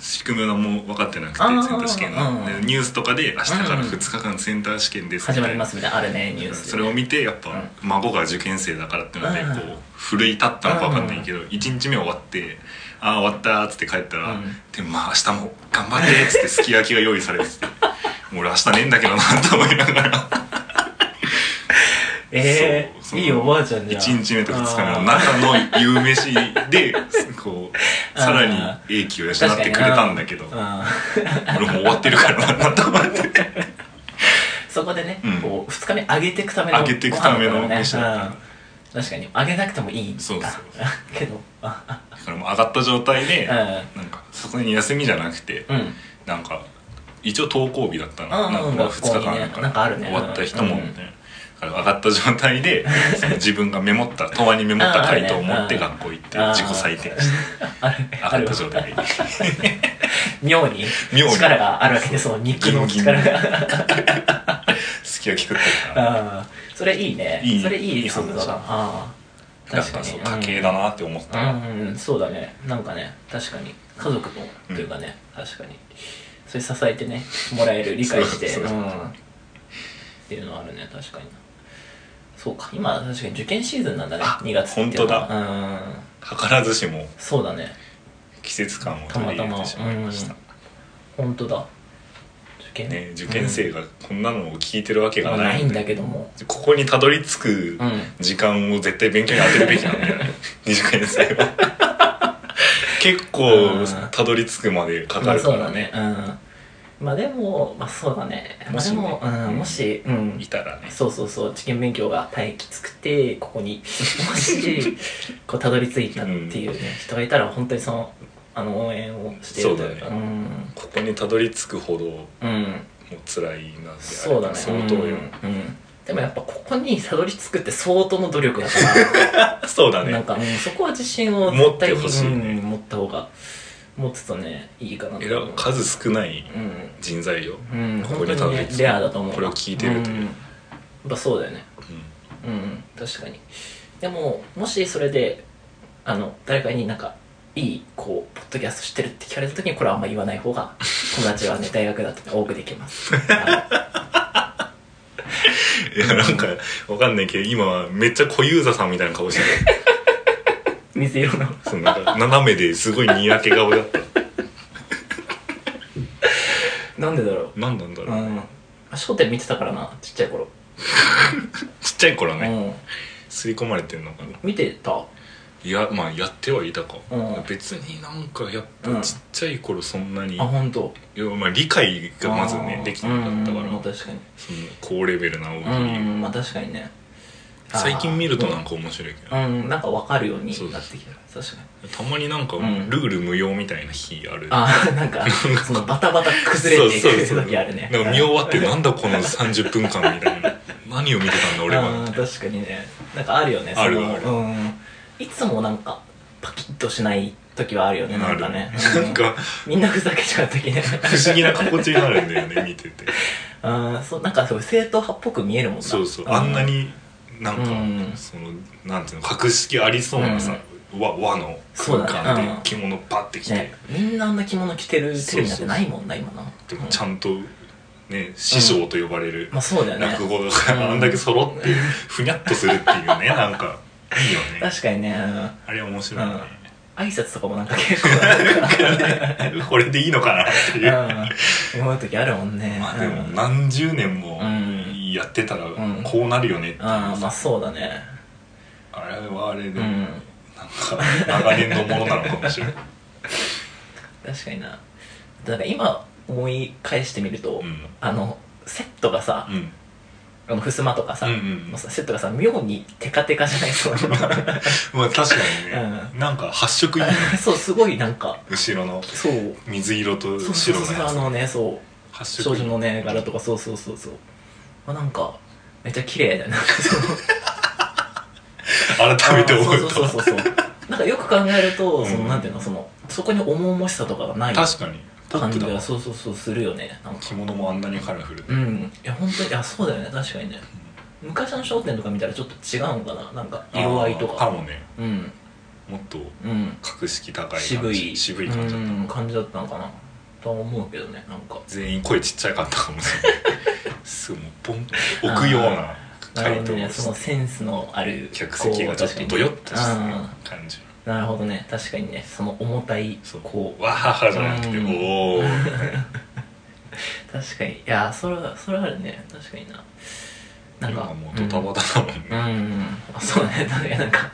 Speaker 1: 仕組みがもう分かってなくてセ
Speaker 2: あー
Speaker 1: ンター試験
Speaker 2: うん
Speaker 1: のでニュースとかで明日から2日間センター試験です
Speaker 2: 始まりますすみたいなあるねニュース
Speaker 1: それを見てやっぱ孫が受験生だからってので
Speaker 2: うん
Speaker 1: こう奮い立ったのか分かんないけど1日目終わって「ああ終わった」っつって帰ったら
Speaker 2: うん
Speaker 1: 「でもまあ明日も頑張れ」っつってすき焼きが用意されててもう俺明日ねえんだけどなと思いながら
Speaker 2: え
Speaker 1: そうそ
Speaker 2: え
Speaker 1: の
Speaker 2: いいおばあちゃんじゃん
Speaker 1: 1日目と2日目の
Speaker 2: あー
Speaker 1: 中の夕飯でこ うさらに英気を養ってくれたんだけど
Speaker 2: うん
Speaker 1: 俺もう終わってるからなと思って
Speaker 2: そこでね、
Speaker 1: うん
Speaker 2: こう2日目上げていくための
Speaker 1: 上げていくための
Speaker 2: ご飯だ
Speaker 1: 飯
Speaker 2: か
Speaker 1: だ
Speaker 2: ら
Speaker 1: った
Speaker 2: ね、うん、確かに上げなくてもいいんだ
Speaker 1: そうそう
Speaker 2: けどあ
Speaker 1: だからもう上がった状態で
Speaker 2: うん
Speaker 1: なんかそこに休みじゃなくて
Speaker 2: うん
Speaker 1: なんか一応登校日だったの
Speaker 2: うん
Speaker 1: なんかまあ2日間
Speaker 2: 学校にね
Speaker 1: だ
Speaker 2: なんか
Speaker 1: か
Speaker 2: あ
Speaker 1: ら
Speaker 2: るね
Speaker 1: 終わった人も
Speaker 2: う
Speaker 1: み
Speaker 2: ん
Speaker 1: たいなだから上がった状態でその自分がメモった問わにメモった回答を持って
Speaker 2: うんあるね
Speaker 1: 学校行って
Speaker 2: うん
Speaker 1: 自己採点して
Speaker 2: ある
Speaker 1: 上がった状態で。
Speaker 2: 妙に
Speaker 1: 妙に
Speaker 2: 力があるわけでその肉の
Speaker 1: ギンギン
Speaker 2: 力が
Speaker 1: き焼き食ってるから
Speaker 2: あーそれいいね
Speaker 1: いい
Speaker 2: それいいエピソード
Speaker 1: いい話
Speaker 2: だ
Speaker 1: だ
Speaker 2: なあー
Speaker 1: だ
Speaker 2: 確
Speaker 1: か
Speaker 2: からに
Speaker 1: そう家計だなって思った、
Speaker 2: うん、うん、そうだねなんかね確かに家族とというかね、確かにそれ支えてねもらえる理解して
Speaker 1: そうそう
Speaker 2: うん、っていうのはあるね確かにそうか今確かに受験シーズンなんだね
Speaker 1: あ
Speaker 2: 2月っていうのは
Speaker 1: 本当
Speaker 2: うん
Speaker 1: 図らずしも
Speaker 2: そうだね
Speaker 1: 季節感を取り入れてしまいました
Speaker 2: たま本当だ受験
Speaker 1: ね、受験生がこんなのを聞いてるわけ
Speaker 2: うん
Speaker 1: が
Speaker 2: まあな
Speaker 1: ない
Speaker 2: い
Speaker 1: の
Speaker 2: ん
Speaker 1: で
Speaker 2: だけども
Speaker 1: ここにたどり着く
Speaker 2: うん
Speaker 1: 時間を絶対勉強に当てるべきなんだよね 二次会生は結構
Speaker 2: うん
Speaker 1: たどり着くまでか
Speaker 2: ま
Speaker 1: か
Speaker 2: あ
Speaker 1: るか
Speaker 2: そうだ
Speaker 1: ら
Speaker 2: ね
Speaker 1: ね,、
Speaker 2: うんまあでもまあそうだね
Speaker 1: もしね
Speaker 2: まあでもうんもしうん
Speaker 1: いたらね
Speaker 2: そうそうそう受験勉強が大変きつくてここに もしこうたどり着いたっていう、ね人がいたら本当にそのあの応援をしてるという
Speaker 1: そ
Speaker 2: か
Speaker 1: うだここにたどり着くほども
Speaker 2: うん、うん、
Speaker 1: う辛いなんであれ
Speaker 2: そうだね
Speaker 1: 相当よ、
Speaker 2: うんうんでもやっぱここにたどり着くって相当の努力だか
Speaker 1: そうだ
Speaker 2: らなん
Speaker 1: ね
Speaker 2: か、うんそこは自信を絶対に
Speaker 1: 持ってほしいね
Speaker 2: うん持った方が持つとねいいかな
Speaker 1: え
Speaker 2: と
Speaker 1: ら
Speaker 2: 思う
Speaker 1: 数少ない
Speaker 2: うん
Speaker 1: 人材よ、
Speaker 2: うん、
Speaker 1: ここ
Speaker 2: 本
Speaker 1: にた
Speaker 2: 当
Speaker 1: ど
Speaker 2: に
Speaker 1: り着く
Speaker 2: ねレアだと思う
Speaker 1: これを聞いてるという
Speaker 2: うんやっぱそうだよね
Speaker 1: うん
Speaker 2: うんうん確かにでももしそれであの誰かになんかいいこうポッドキャストしてるって聞かれた時にこれはあんま言わない方 が友達はね大学だと多くできますあ
Speaker 1: いやなんかわかんないけど今はめっちゃ小遊三さんみたいな顔してた
Speaker 2: の水色の
Speaker 1: そのなんか斜めですごいにやけ顔だった
Speaker 2: なんでだろ
Speaker 1: 何なんだ
Speaker 2: う
Speaker 1: ろ
Speaker 2: う
Speaker 1: う、
Speaker 2: ん『焦点』見てたからなちっちゃい頃、
Speaker 1: ちっちゃい頃ね、
Speaker 2: うん
Speaker 1: 吸い込まれてんのかな
Speaker 2: 見てた
Speaker 1: いやまあやってはいたか、
Speaker 2: うん
Speaker 1: 別になんかやっ
Speaker 2: う
Speaker 1: ぱ
Speaker 2: ん
Speaker 1: ちっちゃい頃そんなに、
Speaker 2: あ本当。
Speaker 1: いやまあ、理解がまず
Speaker 2: あ
Speaker 1: ね
Speaker 2: ー
Speaker 1: できてなかったから、
Speaker 2: うんうんまあ確かに
Speaker 1: その高レベルな大
Speaker 2: う
Speaker 1: 喜利、
Speaker 2: んまあ確かにね
Speaker 1: 最近見ると
Speaker 2: な
Speaker 1: なんか面白いけど、
Speaker 2: うんなんか分かるようになってきた確かに
Speaker 1: たまになんかル
Speaker 2: ん
Speaker 1: ール無用みたいな日ある、
Speaker 2: ああなんかそのバタバタ崩れていく時あるね
Speaker 1: なんか見終わってなんだこの30分間みた いな何を見てたんだ俺
Speaker 2: あ
Speaker 1: は
Speaker 2: ー確かにねなんかあるよねその
Speaker 1: あるある
Speaker 2: うんいつもなんかパキッとしない時はあるよね
Speaker 1: な
Speaker 2: なん
Speaker 1: る
Speaker 2: かね
Speaker 1: なんか
Speaker 2: うんみんなふざけちゃう 時ね
Speaker 1: 不思議な心地になるんだよね見てて
Speaker 2: あーそうなんかそう正統派っぽく見えるもんな
Speaker 1: そうそうあんなになんか、
Speaker 2: うん
Speaker 1: そのなんていうの格式ありそうなさ、和和の
Speaker 2: そう
Speaker 1: 空間
Speaker 2: だねうん
Speaker 1: で着物パッて着て、
Speaker 2: ねみんなあんな着物着てるテレビなんてないもんな今な
Speaker 1: でもちゃんとね師匠と呼ばれる
Speaker 2: まあそうだよね
Speaker 1: 落語家があんだけ揃ってふにゃっとする っていうねなんかいいよね
Speaker 2: 確かにねうん
Speaker 1: あれ面白いね
Speaker 2: 挨拶とかもなんか結構なんか
Speaker 1: これでいいのかなっていう
Speaker 2: うん思う時あるもんね
Speaker 1: まあでも
Speaker 2: うん
Speaker 1: 何十年も
Speaker 2: うん
Speaker 1: やってたら
Speaker 2: ん
Speaker 1: こうなるよねっていう
Speaker 2: ああま
Speaker 1: さ
Speaker 2: あそうだね
Speaker 1: あれはあれで
Speaker 2: う
Speaker 1: なん
Speaker 2: ん
Speaker 1: か長年のものなのかもしれない
Speaker 2: 確かになだから今思い返してみると、
Speaker 1: うん
Speaker 2: あのセットがさ、
Speaker 1: うん
Speaker 2: あの襖とかさ、
Speaker 1: うんうん
Speaker 2: のさセットがさ妙にテカテカじゃないそう
Speaker 1: まあ確かにねなんか発色いいね
Speaker 2: そうすごいなんか
Speaker 1: 後ろの
Speaker 2: そう
Speaker 1: 水色と
Speaker 2: そうそう
Speaker 1: 白
Speaker 2: そ
Speaker 1: の
Speaker 2: うそうあ
Speaker 1: や
Speaker 2: のねそう
Speaker 1: つ発
Speaker 2: 少
Speaker 1: 色いい
Speaker 2: 女のね柄とかそうそうそうそう、まあ、なんかめっちゃ綺麗だ よなんかそう
Speaker 1: 改めて思う
Speaker 2: あーそうそうそうそうなんかよく考えると、そのなんていうのそのそこに重々しさとかがない
Speaker 1: 確かにポ
Speaker 2: 感
Speaker 1: ップ
Speaker 2: じ
Speaker 1: だわ
Speaker 2: がそうそうそうするよねなんか
Speaker 1: 着物もあんなにカラフルで、
Speaker 2: うんいや本当にいやそうだよね確かにね昔の『商店とか見たらちょっと違うのかななんか色合いと
Speaker 1: あー
Speaker 2: か
Speaker 1: もね
Speaker 2: うん
Speaker 1: もっと
Speaker 2: うん
Speaker 1: 格式高い感じ
Speaker 2: 渋い
Speaker 1: 渋い感じだった、
Speaker 2: うん感じだったのかなとは思うけどねなんか
Speaker 1: 全員声ちっちゃかったかもしれないすぐもうポンと置くような
Speaker 2: な
Speaker 1: 回
Speaker 2: る
Speaker 1: 答
Speaker 2: ほど
Speaker 1: を
Speaker 2: ね
Speaker 1: し
Speaker 2: その
Speaker 1: て
Speaker 2: センスのある
Speaker 1: 客席がちょっとドヨッとした
Speaker 2: うん
Speaker 1: 感じ
Speaker 2: なるほどね確かにねその重たい
Speaker 1: そう
Speaker 2: こう
Speaker 1: わははじゃなくて、
Speaker 2: うん
Speaker 1: おお
Speaker 2: 確かにいやそれはそれはあるね確かにな なん
Speaker 1: 今
Speaker 2: か
Speaker 1: もうドタバタだもんね、
Speaker 2: うん、うん、あそうねなんかなんか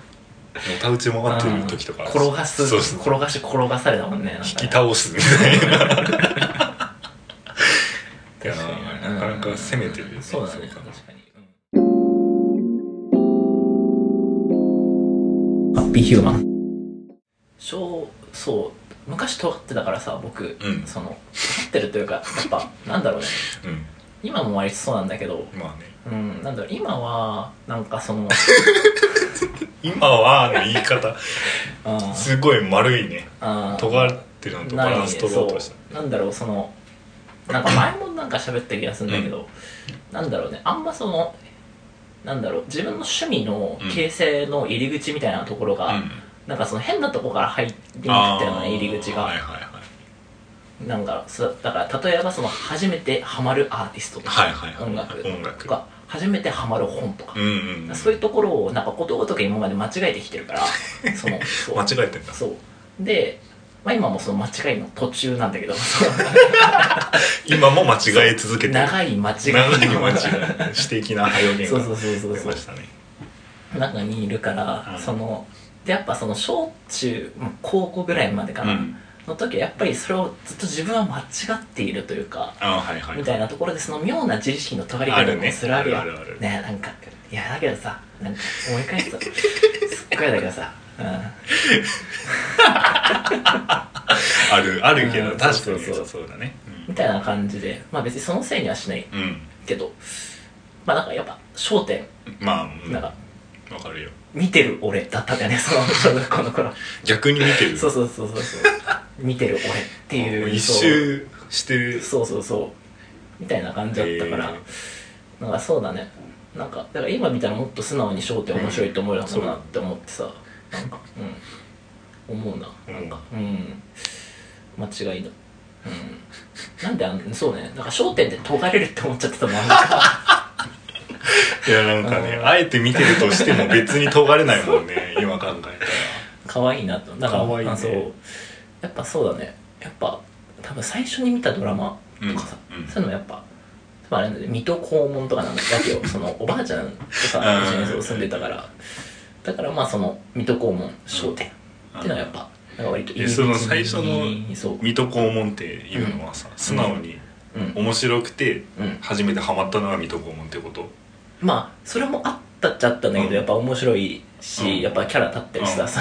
Speaker 1: のたうち回ってる時とか
Speaker 2: うん転がす
Speaker 1: そうそう
Speaker 2: 転がし転がされたもんねなんかね
Speaker 1: 引き倒すみたいないや
Speaker 2: 確かに
Speaker 1: なかなか攻めてるよね
Speaker 2: うんそうだ
Speaker 1: そ
Speaker 2: ね
Speaker 1: うか
Speaker 2: 確か
Speaker 1: な
Speaker 2: にハッピーヒューマン小そう昔尖ってたからさ僕、
Speaker 1: うん
Speaker 2: その尖ってるというかやっぱなんだろうね
Speaker 1: うん
Speaker 2: 今も割とそうなんだけど
Speaker 1: まあね
Speaker 2: うんなんだろう今はなんかそ の
Speaker 1: 今はの言い方
Speaker 2: あー
Speaker 1: すごい丸いね
Speaker 2: あー
Speaker 1: 尖ってるのとバランス取ろうとした
Speaker 2: ないねそうなんだろうそのなんか前もなんか喋った気がするんだけど、なんだろうねあんまそのなんだろう自分の趣味の形成の入り口みたいなところが、
Speaker 1: うん
Speaker 2: なんかその変なとこから入りま
Speaker 1: あ
Speaker 2: く
Speaker 1: ー
Speaker 2: ったような入り口が、
Speaker 1: はいはいはい
Speaker 2: なんかそうだから例えばその初めてハマるアーティストとか、
Speaker 1: はいはいはい
Speaker 2: 音楽
Speaker 1: 音
Speaker 2: と
Speaker 1: 楽
Speaker 2: か初めてハマる本とか
Speaker 1: う、んうん
Speaker 2: そういうところをなんかことごとく今まで間違えてき てるからそのそう
Speaker 1: 間違えてんだ
Speaker 2: そうで、まあ、今もその間違いの途中なんだけど
Speaker 1: 今も間違え続けてる
Speaker 2: 長い間違いの
Speaker 1: 長い間違い指摘な早言
Speaker 2: そ
Speaker 1: が
Speaker 2: うそうそうそう
Speaker 1: 出
Speaker 2: そ
Speaker 1: ま
Speaker 2: う
Speaker 1: したね
Speaker 2: 中にいるから、
Speaker 1: うん
Speaker 2: そのでやっぱその小中まあ高校ぐらいまでかな、
Speaker 1: うん
Speaker 2: の時はやっぱりそれをずっと自分は間違っているというか、
Speaker 1: あはいはい
Speaker 2: みたいなところでその妙な自意識の尖り方
Speaker 1: ある
Speaker 2: も
Speaker 1: ね
Speaker 2: するあるや
Speaker 1: あ
Speaker 2: ん
Speaker 1: るあるある
Speaker 2: ねなんかいやだけどさなんか思い 返すとすっごいだけどさ、うん、
Speaker 1: あるあるけ
Speaker 2: う
Speaker 1: ど
Speaker 2: ん
Speaker 1: 確か
Speaker 2: そう
Speaker 1: に
Speaker 2: そうそう
Speaker 1: そうだね
Speaker 2: みたいな感じでまあ別にそのせいにはしない
Speaker 1: うんうん
Speaker 2: けどまあなんかやっぱ『焦点
Speaker 1: まあう』ん
Speaker 2: なんか
Speaker 1: わかるよ
Speaker 2: 見てる俺だったんだよねその小学校の頃
Speaker 1: 逆に見てる
Speaker 2: そうそうそうそうそう見てる俺って
Speaker 1: も
Speaker 2: いう う
Speaker 1: 一周してる
Speaker 2: そうそうそうそうみたいな感じだったから、
Speaker 1: へ
Speaker 2: なんかそうだねなんかだから今見たらもっと素直に『焦点』面白いと思うようなもんなって思ってさなんかうん思うななんかうん間違いのうんなんであんそうねなんか『焦点』で尖れるって思っちゃってたも んなんか
Speaker 1: いやなんかね
Speaker 2: うん
Speaker 1: あえて見てるとしても別に尖れないもん ね今考えたら
Speaker 2: 可愛いなとなんか
Speaker 1: 可愛いね
Speaker 2: あそうやっぱそうだねやっぱ多分最初に見たドラマとかさ、
Speaker 1: うんうん
Speaker 2: そういうのもやっぱまああれなんだよね水戸黄門とかなんだけどそのおばあちゃんとさ
Speaker 1: うん
Speaker 2: 一緒にそう住んでたからだからまあその水戸黄門『商店っていうのはやっぱなんか割と入り口に
Speaker 1: えその最初の
Speaker 2: そう
Speaker 1: 水戸黄門っていうのはさ素直に
Speaker 2: うん、
Speaker 1: 面白くて
Speaker 2: うん、
Speaker 1: 初めてハマったのが水戸黄門って こと
Speaker 2: まあそれもあったっちゃあったんだけど、
Speaker 1: うん
Speaker 2: やっぱ面白いし、
Speaker 1: うん
Speaker 2: やっぱキャラ立ってるしさ、
Speaker 1: うん
Speaker 2: そ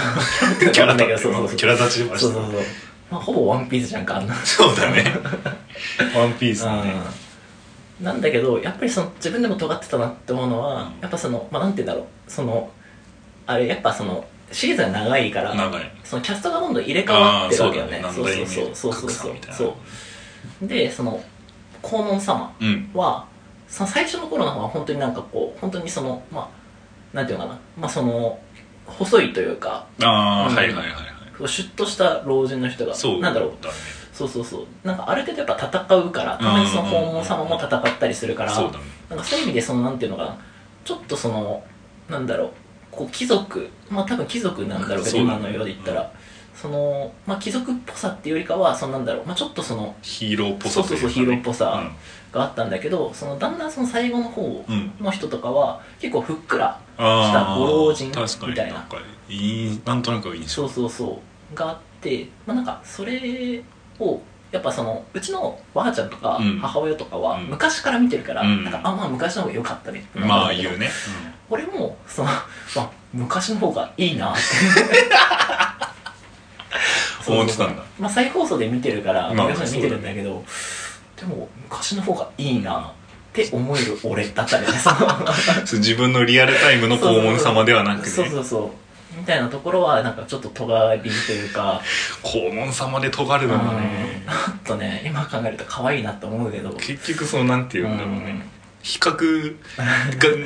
Speaker 2: の
Speaker 1: キャラ立って
Speaker 2: そうそうそう
Speaker 1: キャラ立ちしま
Speaker 2: そう
Speaker 1: し
Speaker 2: そう
Speaker 1: た
Speaker 2: そうまあほぼワンピースじゃんかあんな
Speaker 1: そうだねワンピースだね
Speaker 2: うんなんだけどやっぱりその自分でも尖ってたなって思うのは、
Speaker 1: うん
Speaker 2: やっぱそのまあなんて言うんだろうそのあれやっぱそのシリーズが長いから
Speaker 1: 長い
Speaker 2: そのキャストがどんどん入れ替わってるわけよね
Speaker 1: あー
Speaker 2: そ
Speaker 1: そううだ
Speaker 2: そ
Speaker 1: ね
Speaker 2: うそうそうそう
Speaker 1: 何代目格差
Speaker 2: そう
Speaker 1: みたいな
Speaker 2: そうでその黄門様
Speaker 1: うん
Speaker 2: はその最初の頃の方は本当になんかこう本当にそのまあなんていうのかなまあその細いというか
Speaker 1: ああ
Speaker 2: うん
Speaker 1: はいはいはいはい
Speaker 2: シュッとした老人の人が
Speaker 1: そう
Speaker 2: なんだろう
Speaker 1: だね
Speaker 2: そうそうそうなんかある程度やっぱ戦うからたまにその黄門様も戦ったりするから
Speaker 1: そうだね
Speaker 2: なんかそういう意味でそのなんていうのかなちょっとそのなんだろうこう貴族まあ多分貴族なんだろうけど
Speaker 1: そうだ
Speaker 2: 今
Speaker 1: ね
Speaker 2: の世で言ったら、そのまあ貴族っぽさっていうよりかはそのなんだろうまあちょっとその
Speaker 1: ヒーローっぽさといかね
Speaker 2: そうそうそうヒーローっぽさがあったんだけどそのだんだんその最後の方
Speaker 1: うんうん
Speaker 2: の人とかは結構ふっくら
Speaker 1: あ
Speaker 2: した
Speaker 1: あ
Speaker 2: ご老人
Speaker 1: 確かに
Speaker 2: みたいなん
Speaker 1: かいいなんとなくいい印象
Speaker 2: そうそうそうがあってまあなんかそれをやっぱそのうちのばあちゃんとか
Speaker 1: うん
Speaker 2: 母親とかは
Speaker 1: うん
Speaker 2: 昔から見てるから、
Speaker 1: うん
Speaker 2: なんかあまあ昔の方が良かったねってなるんだけど
Speaker 1: まあ言うね
Speaker 2: 俺もその、まあ、昔の方がいいなって
Speaker 1: うん 思ってたんだ
Speaker 2: まあ再放送で見てるから
Speaker 1: まあ
Speaker 2: 昔の見てるんだけど、でも昔の方がいいなって思える俺だったねその
Speaker 1: そう自分のリアルタイムの黄門様ではなく
Speaker 2: そう
Speaker 1: ね
Speaker 2: そうそうみたいなところはなんかちょっと尖りというか
Speaker 1: 黄門様で尖るのがね
Speaker 2: うんちょっとね今考えると可愛いなって思うけど
Speaker 1: 結局そのなんていうんだろう
Speaker 2: うん
Speaker 1: ね比較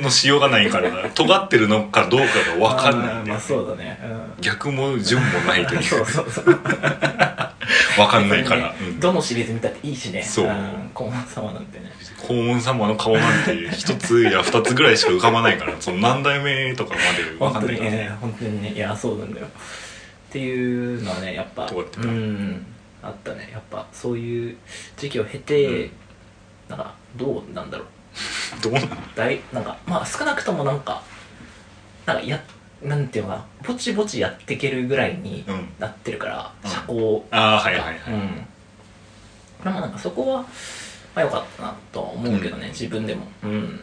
Speaker 1: がのしようがないから尖ってるのかどうかが分かんないんだ
Speaker 2: ま
Speaker 1: よ
Speaker 2: あ
Speaker 1: ね
Speaker 2: そうだねう
Speaker 1: 逆も順もないとい
Speaker 2: んそううそうそう
Speaker 1: 分かんないから
Speaker 2: 別にね
Speaker 1: うん
Speaker 2: どのシリーズ見たっていいしね
Speaker 1: そうん
Speaker 2: 黄門様なんてね
Speaker 1: 黄門様の顔なんて一つや二つぐらいしか浮かばない からその何代目とかまで分
Speaker 2: 本
Speaker 1: かん
Speaker 2: 当
Speaker 1: ない
Speaker 2: に
Speaker 1: から
Speaker 2: ね本当にねいやそうなんだよっていうのはねやっぱ
Speaker 1: どうやって
Speaker 2: う
Speaker 1: た
Speaker 2: んあったねやっぱそういう時期を経て、
Speaker 1: うん
Speaker 2: なんかどうなんだろう
Speaker 1: どうなの
Speaker 2: だいなんかまあ少なくともなんかなんかやなんていうのかなぼちぼちやっていけるぐらいに
Speaker 1: うん
Speaker 2: なってるから、
Speaker 1: うん
Speaker 2: 社交
Speaker 1: ああはいはい
Speaker 2: うん
Speaker 1: はい
Speaker 2: これもなんかそこはまあ良かったなとは思うけどね、
Speaker 1: うん
Speaker 2: 自分でもうん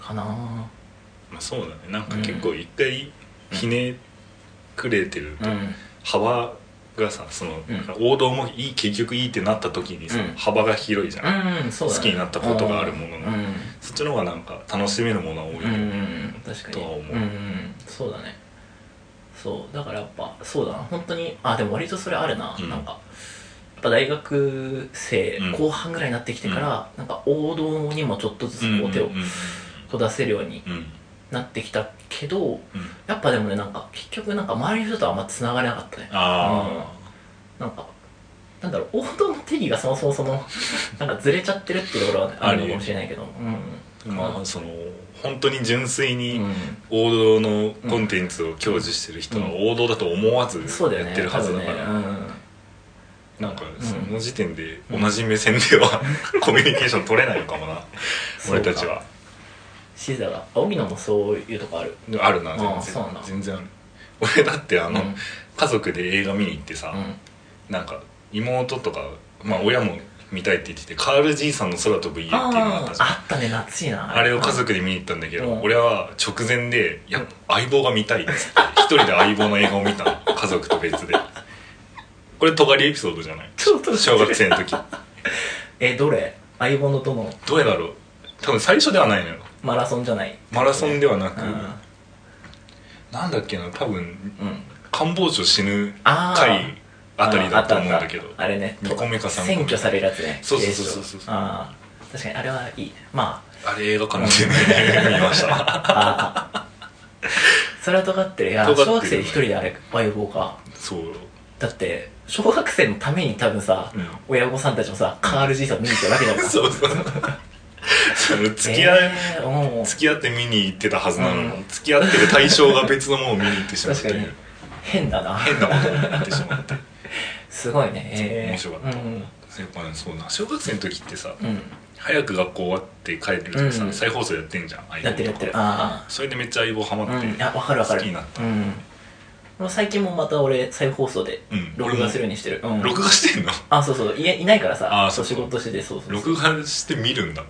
Speaker 2: かなあ
Speaker 1: まあそうだねなんか結構一回ひねくれてる
Speaker 2: うん
Speaker 1: 幅がさその、
Speaker 2: う
Speaker 1: 王道もいい結局いいってなった時にさ、
Speaker 2: うん
Speaker 1: 幅が広いじゃん、
Speaker 2: うんそうだね
Speaker 1: 好きになったことがあるものの
Speaker 2: うん
Speaker 1: そっちの方がなんか楽しめるものは多いよ
Speaker 2: うん、うん
Speaker 1: ね
Speaker 2: 確かに
Speaker 1: とは思うん
Speaker 2: んそうだねそうだからやっぱそうだな本当にあでも割とそれあるな、
Speaker 1: うん
Speaker 2: なんかぱ大学生
Speaker 1: うん
Speaker 2: 後半ぐらいになってきてから、なんか王道にもちょっとずつこう手を
Speaker 1: うんうん
Speaker 2: こう出せるように
Speaker 1: うんうん
Speaker 2: なってきたけど
Speaker 1: うん
Speaker 2: やっぱでもねなんか結局なんか周りの人とはあんまつながれなかったね
Speaker 1: あ
Speaker 2: なんかなんだろう王道の定義がそもそもそのなんかずれちゃってるっていうところはねあるのかもしれないけどう
Speaker 1: あ
Speaker 2: ん
Speaker 1: ま
Speaker 2: う
Speaker 1: あその本当に純粋に、
Speaker 2: ん
Speaker 1: 王道のコンテンツを享受してる人は王道だと思わず
Speaker 2: そうだよ
Speaker 1: や
Speaker 2: ね
Speaker 1: ってるはずだから、
Speaker 2: 多分ねうん
Speaker 1: なんか
Speaker 2: ん
Speaker 1: その時点で同じ目線ではコミュニケーション取れないのかも な
Speaker 2: そう
Speaker 1: 俺
Speaker 2: か
Speaker 1: たちは
Speaker 2: シザが荻野もそういうとこある
Speaker 1: あるな
Speaker 2: あー
Speaker 1: 全
Speaker 2: そうな
Speaker 1: 然
Speaker 2: んだ
Speaker 1: 全然ある俺だってあの、
Speaker 2: うん
Speaker 1: 家族で映画見に行ってさ、
Speaker 2: う
Speaker 1: なんか妹とかまあ親も見たいって言ってて「カールじいさんの空飛ぶ家」っていうのがあっ
Speaker 2: ん
Speaker 1: たじゃんあ
Speaker 2: あったね夏いな
Speaker 1: れを家族で見に行ったんだけど、
Speaker 2: うん
Speaker 1: 俺は直前で「いや相棒が見たい」っつって一人で相棒の映画を見た の家族と別でこれ尖りエピソードじゃない
Speaker 2: ちょっと
Speaker 1: 小学生の時
Speaker 2: えどれ相棒のどの
Speaker 1: どれだろう多分最初ではないのよ
Speaker 2: マラソンじゃない
Speaker 1: マラソンではなく、
Speaker 2: うん
Speaker 1: なんだっけな多分
Speaker 2: うん
Speaker 1: 官房長死ぬ
Speaker 2: あー
Speaker 1: 回あたりだと思うんだけど
Speaker 2: ああれね
Speaker 1: 二個目か三個目
Speaker 2: 選挙されるやつね
Speaker 1: そうそうそうそう
Speaker 2: 警視庁ああ確かにあれはいいねまあ
Speaker 1: あれ映画館で見ました
Speaker 2: ああ それは尖ってるいや
Speaker 1: 尖ってる
Speaker 2: 小学生で一人であれ相棒か
Speaker 1: そう
Speaker 2: だって小学生のために多分さ、
Speaker 1: うん
Speaker 2: 親御さんたちもさカールじいさん見に行ったわけだから
Speaker 1: そう そうそう付き合い、
Speaker 2: えーうん
Speaker 1: 付き合って見に行ってたはずなのに、
Speaker 2: うん
Speaker 1: 付き合ってる対象が別のものを見に行ってしまう
Speaker 2: 確
Speaker 1: と
Speaker 2: か
Speaker 1: い
Speaker 2: に
Speaker 1: う
Speaker 2: 変だな
Speaker 1: 変なものを見に行ってしまって
Speaker 2: すごいね、えー、
Speaker 1: 面白かった
Speaker 2: うん
Speaker 1: やっぱねそうな小学生の時ってさ、
Speaker 2: うん
Speaker 1: 早く学校終わって帰るとさ、
Speaker 2: うん
Speaker 1: 再放送やってんじゃん相
Speaker 2: やってるやってるあ
Speaker 1: それでめっちゃ相棒ハマ
Speaker 2: あ
Speaker 1: っ
Speaker 2: う
Speaker 1: て、
Speaker 2: んいやわかるわかる
Speaker 1: 好きになった
Speaker 2: うんもう最近もまた俺再放送で
Speaker 1: うん
Speaker 2: 録画するようにしてる、うん
Speaker 1: 録画してんの
Speaker 2: あそうそういやいないからさ
Speaker 1: あそうそう
Speaker 2: 仕事しててそうそうそう
Speaker 1: 録画して見るんだ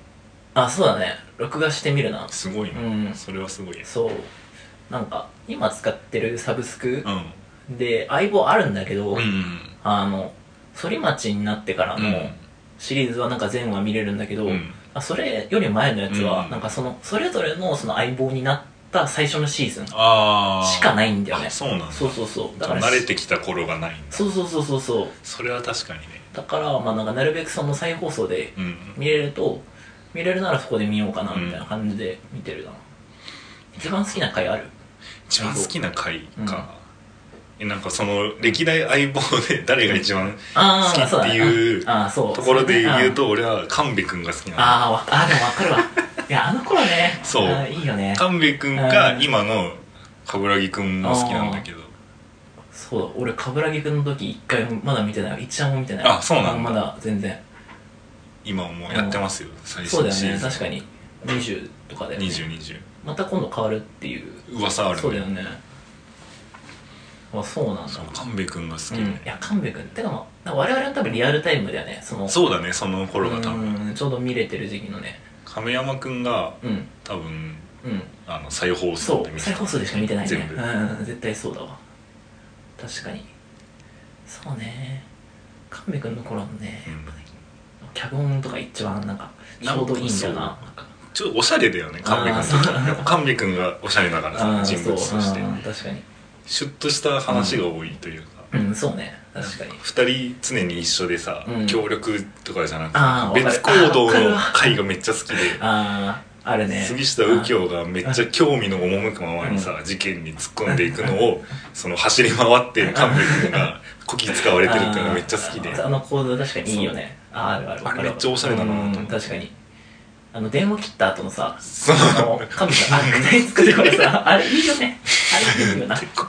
Speaker 2: あそうだね録画してみるな
Speaker 1: すごいね、
Speaker 2: うん
Speaker 1: それはすごいね
Speaker 2: そうなんか今使ってるサブスク
Speaker 1: うん
Speaker 2: で相棒あるんだけど、
Speaker 1: うん
Speaker 2: あの反町になってからのシリーズはなんか全話見れるんだけど、
Speaker 1: うん
Speaker 2: あそれより前のやつは
Speaker 1: うん
Speaker 2: なんかそのそれぞれのその相棒になった最初のシーズン
Speaker 1: ああ
Speaker 2: しかないんだよね
Speaker 1: あそうなんだ
Speaker 2: そうそうそうだ
Speaker 1: じゃ
Speaker 2: か
Speaker 1: あ
Speaker 2: ら
Speaker 1: 慣れてきた頃がないんだ
Speaker 2: そうそうそうそうそう
Speaker 1: それは確かにね
Speaker 2: だからまあなんかなるべくその再放送で
Speaker 1: うん
Speaker 2: 見れると見れるならそこで見ようかなみたいな感じで見てるな、一番好きな回ある
Speaker 1: 一番好きな回か、えなんかその歴代相棒で 誰が一番
Speaker 2: ああ
Speaker 1: 好きっていう
Speaker 2: ああそう
Speaker 1: ところで言うと俺は神戸君が好きな
Speaker 2: あーわあーでも わかるわいやあの頃ね
Speaker 1: そう
Speaker 2: あーいいよね
Speaker 1: の神戸君か
Speaker 2: うん
Speaker 1: 今の冠城君も好きなんだけど
Speaker 2: そうだ俺冠城くんの時一回もまだ見てない一話も見てない
Speaker 1: あそうなんだ
Speaker 2: まだ全然
Speaker 1: 今もうやってますよ最
Speaker 2: そ
Speaker 1: 新
Speaker 2: うだよ
Speaker 1: シー
Speaker 2: ね
Speaker 1: ズン
Speaker 2: 確かに20とかで、ね、
Speaker 1: 2020
Speaker 2: また今度変わるっていう
Speaker 1: 噂ある
Speaker 2: そうだよねあそうなんだ
Speaker 1: そう神戸君が好き
Speaker 2: う
Speaker 1: で
Speaker 2: ん、いや神戸君ってかまあなんか我々の多分リアルタイムだよねその
Speaker 1: そうだねその頃が多分
Speaker 2: うんちょうど見れてる時期のね
Speaker 1: 亀山君が
Speaker 2: うん
Speaker 1: 多分
Speaker 2: うん
Speaker 1: あの再放送
Speaker 2: そ
Speaker 1: で
Speaker 2: う
Speaker 1: 見
Speaker 2: 再
Speaker 1: た
Speaker 2: 放送でしか見てないね
Speaker 1: 全部
Speaker 2: うん絶対そうだわ確かにそうね神戸君の頃のね、
Speaker 1: うん
Speaker 2: やっぱね脚本とか一番なんかちょうどいいんだよな
Speaker 1: ちょっとおしゃれだよね神戸
Speaker 2: あー
Speaker 1: 君
Speaker 2: そう
Speaker 1: やっぱ神戸君がおしゃれだから
Speaker 2: あ
Speaker 1: さ
Speaker 2: ー
Speaker 1: 人物として
Speaker 2: そううん確かに
Speaker 1: シュッとした話が多いというか
Speaker 2: うんそうね確かに
Speaker 1: 二人常に一緒でさ
Speaker 2: うん
Speaker 1: 協力とかじゃな
Speaker 2: あ
Speaker 1: く
Speaker 2: ー
Speaker 1: て
Speaker 2: わ
Speaker 1: 別行
Speaker 2: かる
Speaker 1: 動の
Speaker 2: あーわかるわ
Speaker 1: 回がめっちゃ好きで
Speaker 2: あああるね
Speaker 1: 杉下右京がめっちゃ興味の赴くままにさ事件に突っ込んでいくのをその走り回って神戸君がこき使われてるっていうのがめっちゃ好きで
Speaker 2: あーあの構造確かにいいよねあーあるある
Speaker 1: あれめっちゃおしゃれだなと思って
Speaker 2: うん確かにあの電話切った後のさ
Speaker 1: そう
Speaker 2: あの神さんあ具体作るからさ あれいいよねあれいいよな
Speaker 1: 結構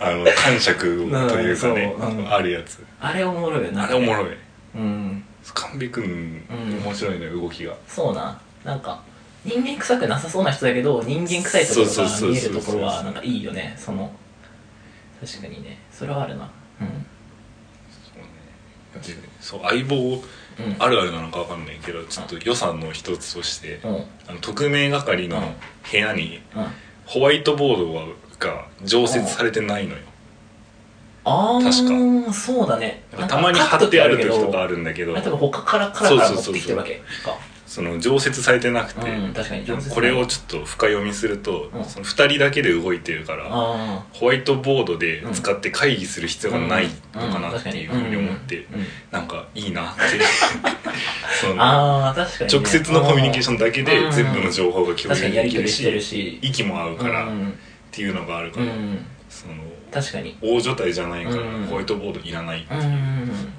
Speaker 1: あの感触をというかね、
Speaker 2: うんそううん
Speaker 1: あるやつ
Speaker 2: あれおもろいよな
Speaker 1: あれおもろい
Speaker 2: うん
Speaker 1: 神戸君、
Speaker 2: うん
Speaker 1: 面白いね動きが
Speaker 2: そうななんか人間臭くなさそうな人だけど人間臭いところ
Speaker 1: そうそうそう
Speaker 2: が
Speaker 1: そう
Speaker 2: 見えるところはなんかいいよねその確かにねそれはあるな
Speaker 1: そう相棒
Speaker 2: うんうん
Speaker 1: あるあるなのかわかんないけどちょっと予算の一つとして、
Speaker 2: うんうん
Speaker 1: あの特命係の部屋に
Speaker 2: あ
Speaker 1: ホワイトボードはが常設されてないのよ、
Speaker 2: あ
Speaker 1: 確
Speaker 2: ーそうだね
Speaker 1: たまに貼ってある時とかあ
Speaker 2: る
Speaker 1: るんだけ
Speaker 2: け
Speaker 1: ど
Speaker 2: どあ多分他からカラカラ持ってきてるわけか
Speaker 1: その常設されてなくて、
Speaker 2: うん確かに常設
Speaker 1: これをちょっと深読みすると、
Speaker 2: うん
Speaker 1: その2人だけで動いてるから
Speaker 2: あ
Speaker 1: ホワイトボードで使って会議する必要がないのかなっていうふうに思って、
Speaker 2: うんうんうん
Speaker 1: なんかいいな ってその
Speaker 2: あー確かに、ね、
Speaker 1: 直接のコミュニケーションだけ
Speaker 2: うん
Speaker 1: で全部の情報が共
Speaker 2: 確か
Speaker 1: 有
Speaker 2: にや
Speaker 1: でき
Speaker 2: り取
Speaker 1: る
Speaker 2: りしてる
Speaker 1: し
Speaker 2: し
Speaker 1: 息も合うから
Speaker 2: う
Speaker 1: っ
Speaker 2: ん
Speaker 1: ていうのがあるか
Speaker 2: う
Speaker 1: ら、
Speaker 2: ん、
Speaker 1: その
Speaker 2: 確かに
Speaker 1: 大所帯じゃないから
Speaker 2: うん
Speaker 1: ホワイトボードいらない、
Speaker 2: うんうんうん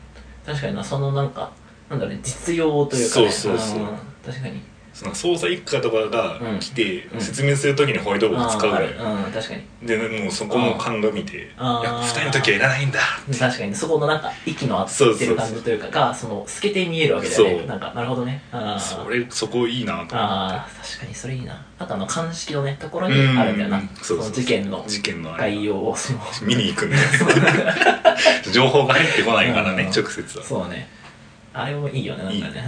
Speaker 2: 確かになそのなんかなんだろうね実用というか、ね、
Speaker 1: そうそうそうん
Speaker 2: 確かに
Speaker 1: その捜査一課とかが来て
Speaker 2: うん
Speaker 1: 説明するときにホワイトボード使うぐらい、
Speaker 2: あーあるうん確かに
Speaker 1: でもうそこも鑑みて「い
Speaker 2: あー
Speaker 1: や二人の時はいらないんだ」って
Speaker 2: 確かにそこのなんか息の合ってる感じというかがその透けて見えるわけだ
Speaker 1: そ
Speaker 2: よね
Speaker 1: う
Speaker 2: なんかなるほどねあー
Speaker 1: それそこいいなと思
Speaker 2: あー確かにそれいいなあとあの鑑識のねところにあるんだよな
Speaker 1: うんそ
Speaker 2: そ
Speaker 1: うそう
Speaker 2: の事件の
Speaker 1: って事件のあれ
Speaker 2: 概要をその
Speaker 1: 見に行くん だよ情報が入ってこないからね
Speaker 2: うん
Speaker 1: 直接は
Speaker 2: そうねあれもいいよねなんかね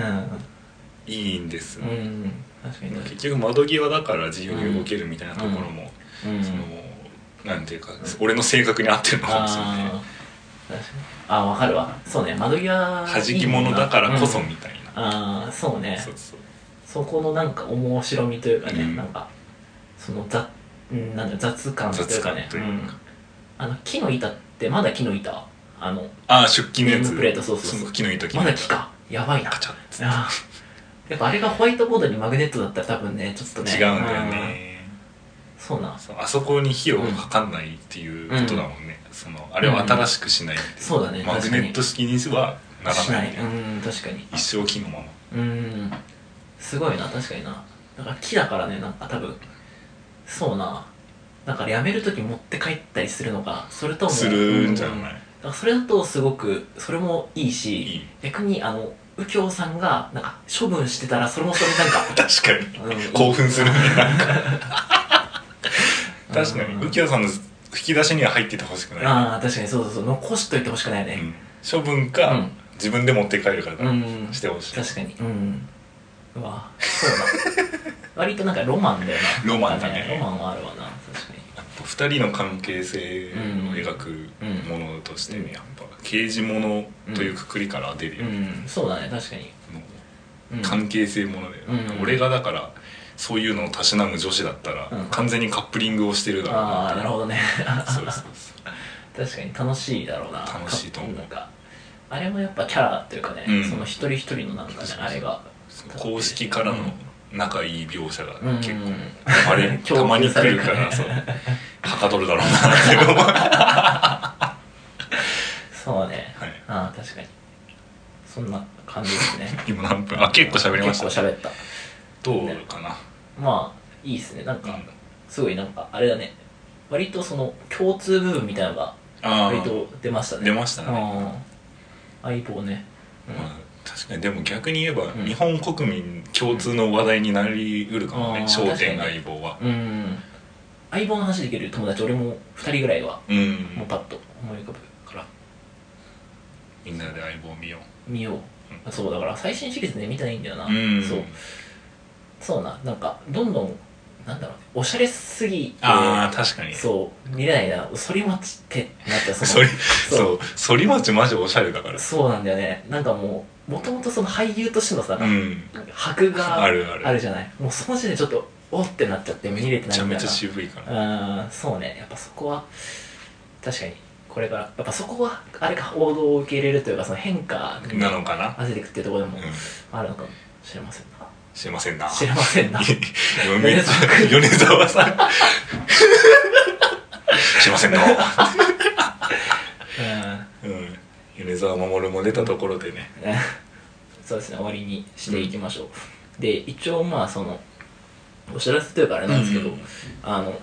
Speaker 1: いいんです
Speaker 2: うん、うん、確かに
Speaker 1: 結局窓際だから自由に動けるみたいなところも、
Speaker 2: うん
Speaker 1: そのなんていうか、俺の性格に合ってるのかもしれない
Speaker 2: あー確かにあーわかるわそうね窓際
Speaker 1: 弾き物だからこそ
Speaker 2: うん
Speaker 1: みたいな、
Speaker 2: ああそうね
Speaker 1: そうそう
Speaker 2: そこのなんか面白みというかね、
Speaker 1: うん
Speaker 2: なんかその雑うんなんだろう雑感というか
Speaker 1: 雑
Speaker 2: ね
Speaker 1: 感というか
Speaker 2: んあの木の板ってまだ木の板あの
Speaker 1: ああ出勤のや
Speaker 2: ネー
Speaker 1: つ
Speaker 2: ムプレートそうそうそう
Speaker 1: の木の板木
Speaker 2: ま
Speaker 1: の
Speaker 2: だ
Speaker 1: 板
Speaker 2: 木かやばいな
Speaker 1: ガチャッつっ
Speaker 2: あーやっぱあれがホワイトボードにマグネットだったら多分ねちょっと
Speaker 1: て
Speaker 2: ね
Speaker 1: 違うんだよね
Speaker 2: うんそうな
Speaker 1: そうあそこに費用がかかんないっていうことだもんね、そのあれを新しくしないっていう
Speaker 2: そうだね
Speaker 1: マグネット式にはなら
Speaker 2: し
Speaker 1: な
Speaker 2: ない
Speaker 1: い
Speaker 2: うん確かに
Speaker 1: 一生木のまま
Speaker 2: うんすごいな確かになだから木だからねなんか多分そうなだからやめる時持って帰ったりするのかそれとも
Speaker 1: するんじゃ
Speaker 2: うん
Speaker 1: ない、
Speaker 2: だからそれだとすごくそれもいいし
Speaker 1: いい
Speaker 2: 逆にあの右京さんがなんか処分してたらそれもそれなんか
Speaker 1: 確かに
Speaker 2: うん
Speaker 1: 興奮するねなんか 確かに
Speaker 2: うん
Speaker 1: 右京さんの吹き出しには入っててほしくない、
Speaker 2: ああ確かにそうそうそう残しといてほしくないよ
Speaker 1: う
Speaker 2: ね
Speaker 1: ん処分か、
Speaker 2: うん
Speaker 1: 自分で持って帰るか
Speaker 2: うん、
Speaker 1: ら、してほしい
Speaker 2: 確かにうんうわそうだ 割となんかロマンだよな
Speaker 1: ロマンだね
Speaker 2: なんかロマンはあるわな確かに
Speaker 1: 2人の関係性を描くものとしてね、
Speaker 2: うん
Speaker 1: やっぱ刑事ものというくくりから出るよ、
Speaker 2: うんそうだね確かに、
Speaker 1: も
Speaker 2: う、
Speaker 1: うん関係性もので、
Speaker 2: うん
Speaker 1: 俺がだからそういうのをたしなむ女子だったら、
Speaker 2: うん
Speaker 1: 完全にカップリングをしてるだろう
Speaker 2: ああなるほ
Speaker 1: ど
Speaker 2: どね
Speaker 1: そうそうそう
Speaker 2: 確かに楽しいだろうな
Speaker 1: 楽しいと思う
Speaker 2: なんかあれもやっぱキャラっていうかね、
Speaker 1: うん
Speaker 2: その一人一人のなんかね
Speaker 1: そうそうそう
Speaker 2: あれが
Speaker 1: 公式からの仲いい描写が結
Speaker 2: う
Speaker 1: 構
Speaker 2: ん
Speaker 1: あ れ
Speaker 2: 強制
Speaker 1: たまに来るか
Speaker 2: されるから
Speaker 1: ら
Speaker 2: ね
Speaker 1: そうはかどるだろうな って思う
Speaker 2: そうね、
Speaker 1: はい
Speaker 2: ああ確かにそんな感じですね
Speaker 1: 今何分 あ結構喋りました
Speaker 2: 結構喋った
Speaker 1: どうかな、
Speaker 2: まあいいですねなんか、
Speaker 1: うん
Speaker 2: すごいなんかあれだね割とその共通部分みたいなのが
Speaker 1: あ
Speaker 2: 割
Speaker 1: ー
Speaker 2: と出ましたね
Speaker 1: 出ましたね
Speaker 2: うん相棒ね、うん
Speaker 1: まあ確かにでも逆に言えば、
Speaker 2: うん
Speaker 1: 日本国民共通の話題になりうるかもね、
Speaker 2: うん
Speaker 1: 焦点
Speaker 2: あー確か
Speaker 1: が
Speaker 2: に
Speaker 1: 相棒は
Speaker 2: うん相棒の話できる友達俺も2人ぐらいは
Speaker 1: うん
Speaker 2: もうパッと思い浮かぶから
Speaker 1: みんなで相棒見よう
Speaker 2: 見よう、
Speaker 1: う
Speaker 2: そうだから最新シリーズね見てないんだよな、
Speaker 1: うん
Speaker 2: そうそうななんかどんどんなんだろうねおしゃれすぎて
Speaker 1: ああ確かに
Speaker 2: そう見れないな反町ってなったその
Speaker 1: そり
Speaker 2: そ
Speaker 1: そう反町マジおしゃれだから
Speaker 2: そうなんだよねなんかもうもともとその俳優としてのさ、
Speaker 1: うん
Speaker 2: 箔が
Speaker 1: あるある
Speaker 2: あるじゃないもうその時点でちょっとおってなっちゃって見れてない
Speaker 1: めちゃ
Speaker 2: み
Speaker 1: め
Speaker 2: た
Speaker 1: ち
Speaker 2: い
Speaker 1: ゃ
Speaker 2: な
Speaker 1: 渋いから
Speaker 2: うんそうねやっぱそこは確かにこれからやっぱそこはあれか王道を受け入れるというかその変化に
Speaker 1: なのかな、
Speaker 2: 合わせていくっていうところで
Speaker 1: う
Speaker 2: も
Speaker 1: ん、
Speaker 2: あるのかもしれませんな
Speaker 1: 知りませんな
Speaker 2: 知れませんな
Speaker 1: めっちゃ米沢さ ん知りませんな、
Speaker 2: う
Speaker 1: うん、米沢守も出たところでね、
Speaker 2: ん そうですね終わりにしていきましょう、で一応まあそのお知らせというかあれなんですけど、
Speaker 1: うん
Speaker 2: あの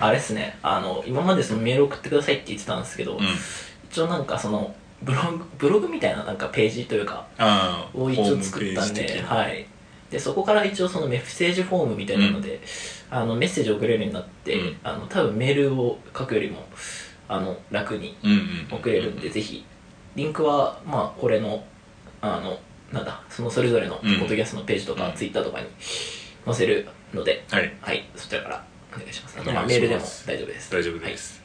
Speaker 2: あれですねあの今までそのメール送ってくださいって言ってたんですけど、一応なんかそのブログブログみたいななんかページというか
Speaker 1: あー
Speaker 2: を一応作ったん
Speaker 1: ホームページ的
Speaker 2: で,、
Speaker 1: な
Speaker 2: はい、でそこから一応そのメッセージフォームみたいなので、あのメッセージを送れるようになって、
Speaker 1: うん
Speaker 2: あの多分メールを書くよりもあの楽に
Speaker 1: うんうんうん
Speaker 2: 送れるんで、ぜひリンクはまあこれのあのなんだそのそれぞれのポ
Speaker 1: うん
Speaker 2: ッドキャストのページとか、
Speaker 1: うん
Speaker 2: ツイッターとかに載せるので、
Speaker 1: はい
Speaker 2: はい、そちらからお願いします
Speaker 1: お願いします
Speaker 2: まあ、メールでも大丈夫です
Speaker 1: 大丈夫で、す、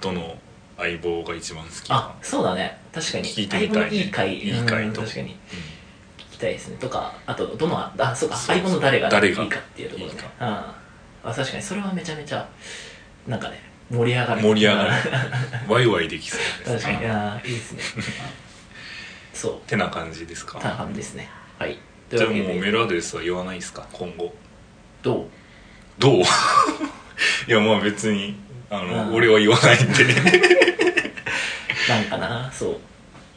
Speaker 1: どの相棒が一番好き
Speaker 2: はいあそうだね確かに
Speaker 1: 聞いてみたいね
Speaker 2: だいぶいい回
Speaker 1: いい回と
Speaker 2: うん確かに
Speaker 1: う
Speaker 2: 聞きたいですねとかあとどのあそうか
Speaker 1: そうそう
Speaker 2: 相棒の誰が
Speaker 1: 誰
Speaker 2: いい
Speaker 1: が
Speaker 2: かっていうところね
Speaker 1: いいか
Speaker 2: うんあ確かにそれはめちゃめちゃなんかね盛り上がる。
Speaker 1: 盛り上がるワイワイでき そうで
Speaker 2: 確
Speaker 1: す
Speaker 2: かにい
Speaker 1: ね。
Speaker 2: やーいいですねそう
Speaker 1: てな感じですか。
Speaker 2: た感じですねはいとい
Speaker 1: じゃ
Speaker 2: う
Speaker 1: あ
Speaker 2: わ
Speaker 1: もう
Speaker 2: け
Speaker 1: メー
Speaker 2: で
Speaker 1: ルアドレスは言わないですか今後。
Speaker 2: どう
Speaker 1: どう いやまあ別にあ
Speaker 2: う
Speaker 1: の、
Speaker 2: ん
Speaker 1: 俺は言わないん で
Speaker 2: なんかなそう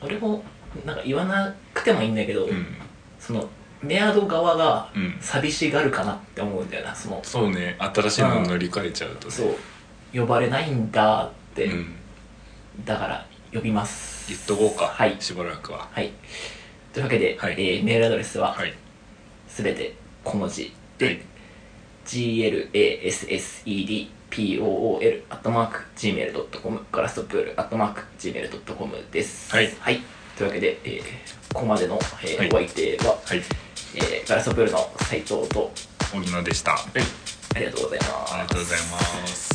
Speaker 2: 俺もなんか言わなくてもいいんだけど、
Speaker 1: うん
Speaker 2: そのメアド側が
Speaker 1: うん
Speaker 2: 寂しがるかなって思うんだよなその
Speaker 1: そうね新しいのに乗り換えちゃうとね
Speaker 2: そう呼ばれないんだって、
Speaker 1: うん、
Speaker 2: だから呼びます
Speaker 1: 言っとこうか、
Speaker 2: はい
Speaker 1: しばらくは
Speaker 2: はいというわけで、
Speaker 1: はい
Speaker 2: えーメールアドレスは
Speaker 1: はい
Speaker 2: すべて小文字で、
Speaker 1: はい
Speaker 2: glassedpool アットマーク gmail.com ガラストプールアットマーク gmail.com です
Speaker 1: はい
Speaker 2: というわけで、えーここまでの、えー
Speaker 1: はい
Speaker 2: お相手は、
Speaker 1: はい
Speaker 2: えーガラストプールの斉藤と
Speaker 1: 荻野でした、
Speaker 2: ありがとうございます
Speaker 1: ありがとうございます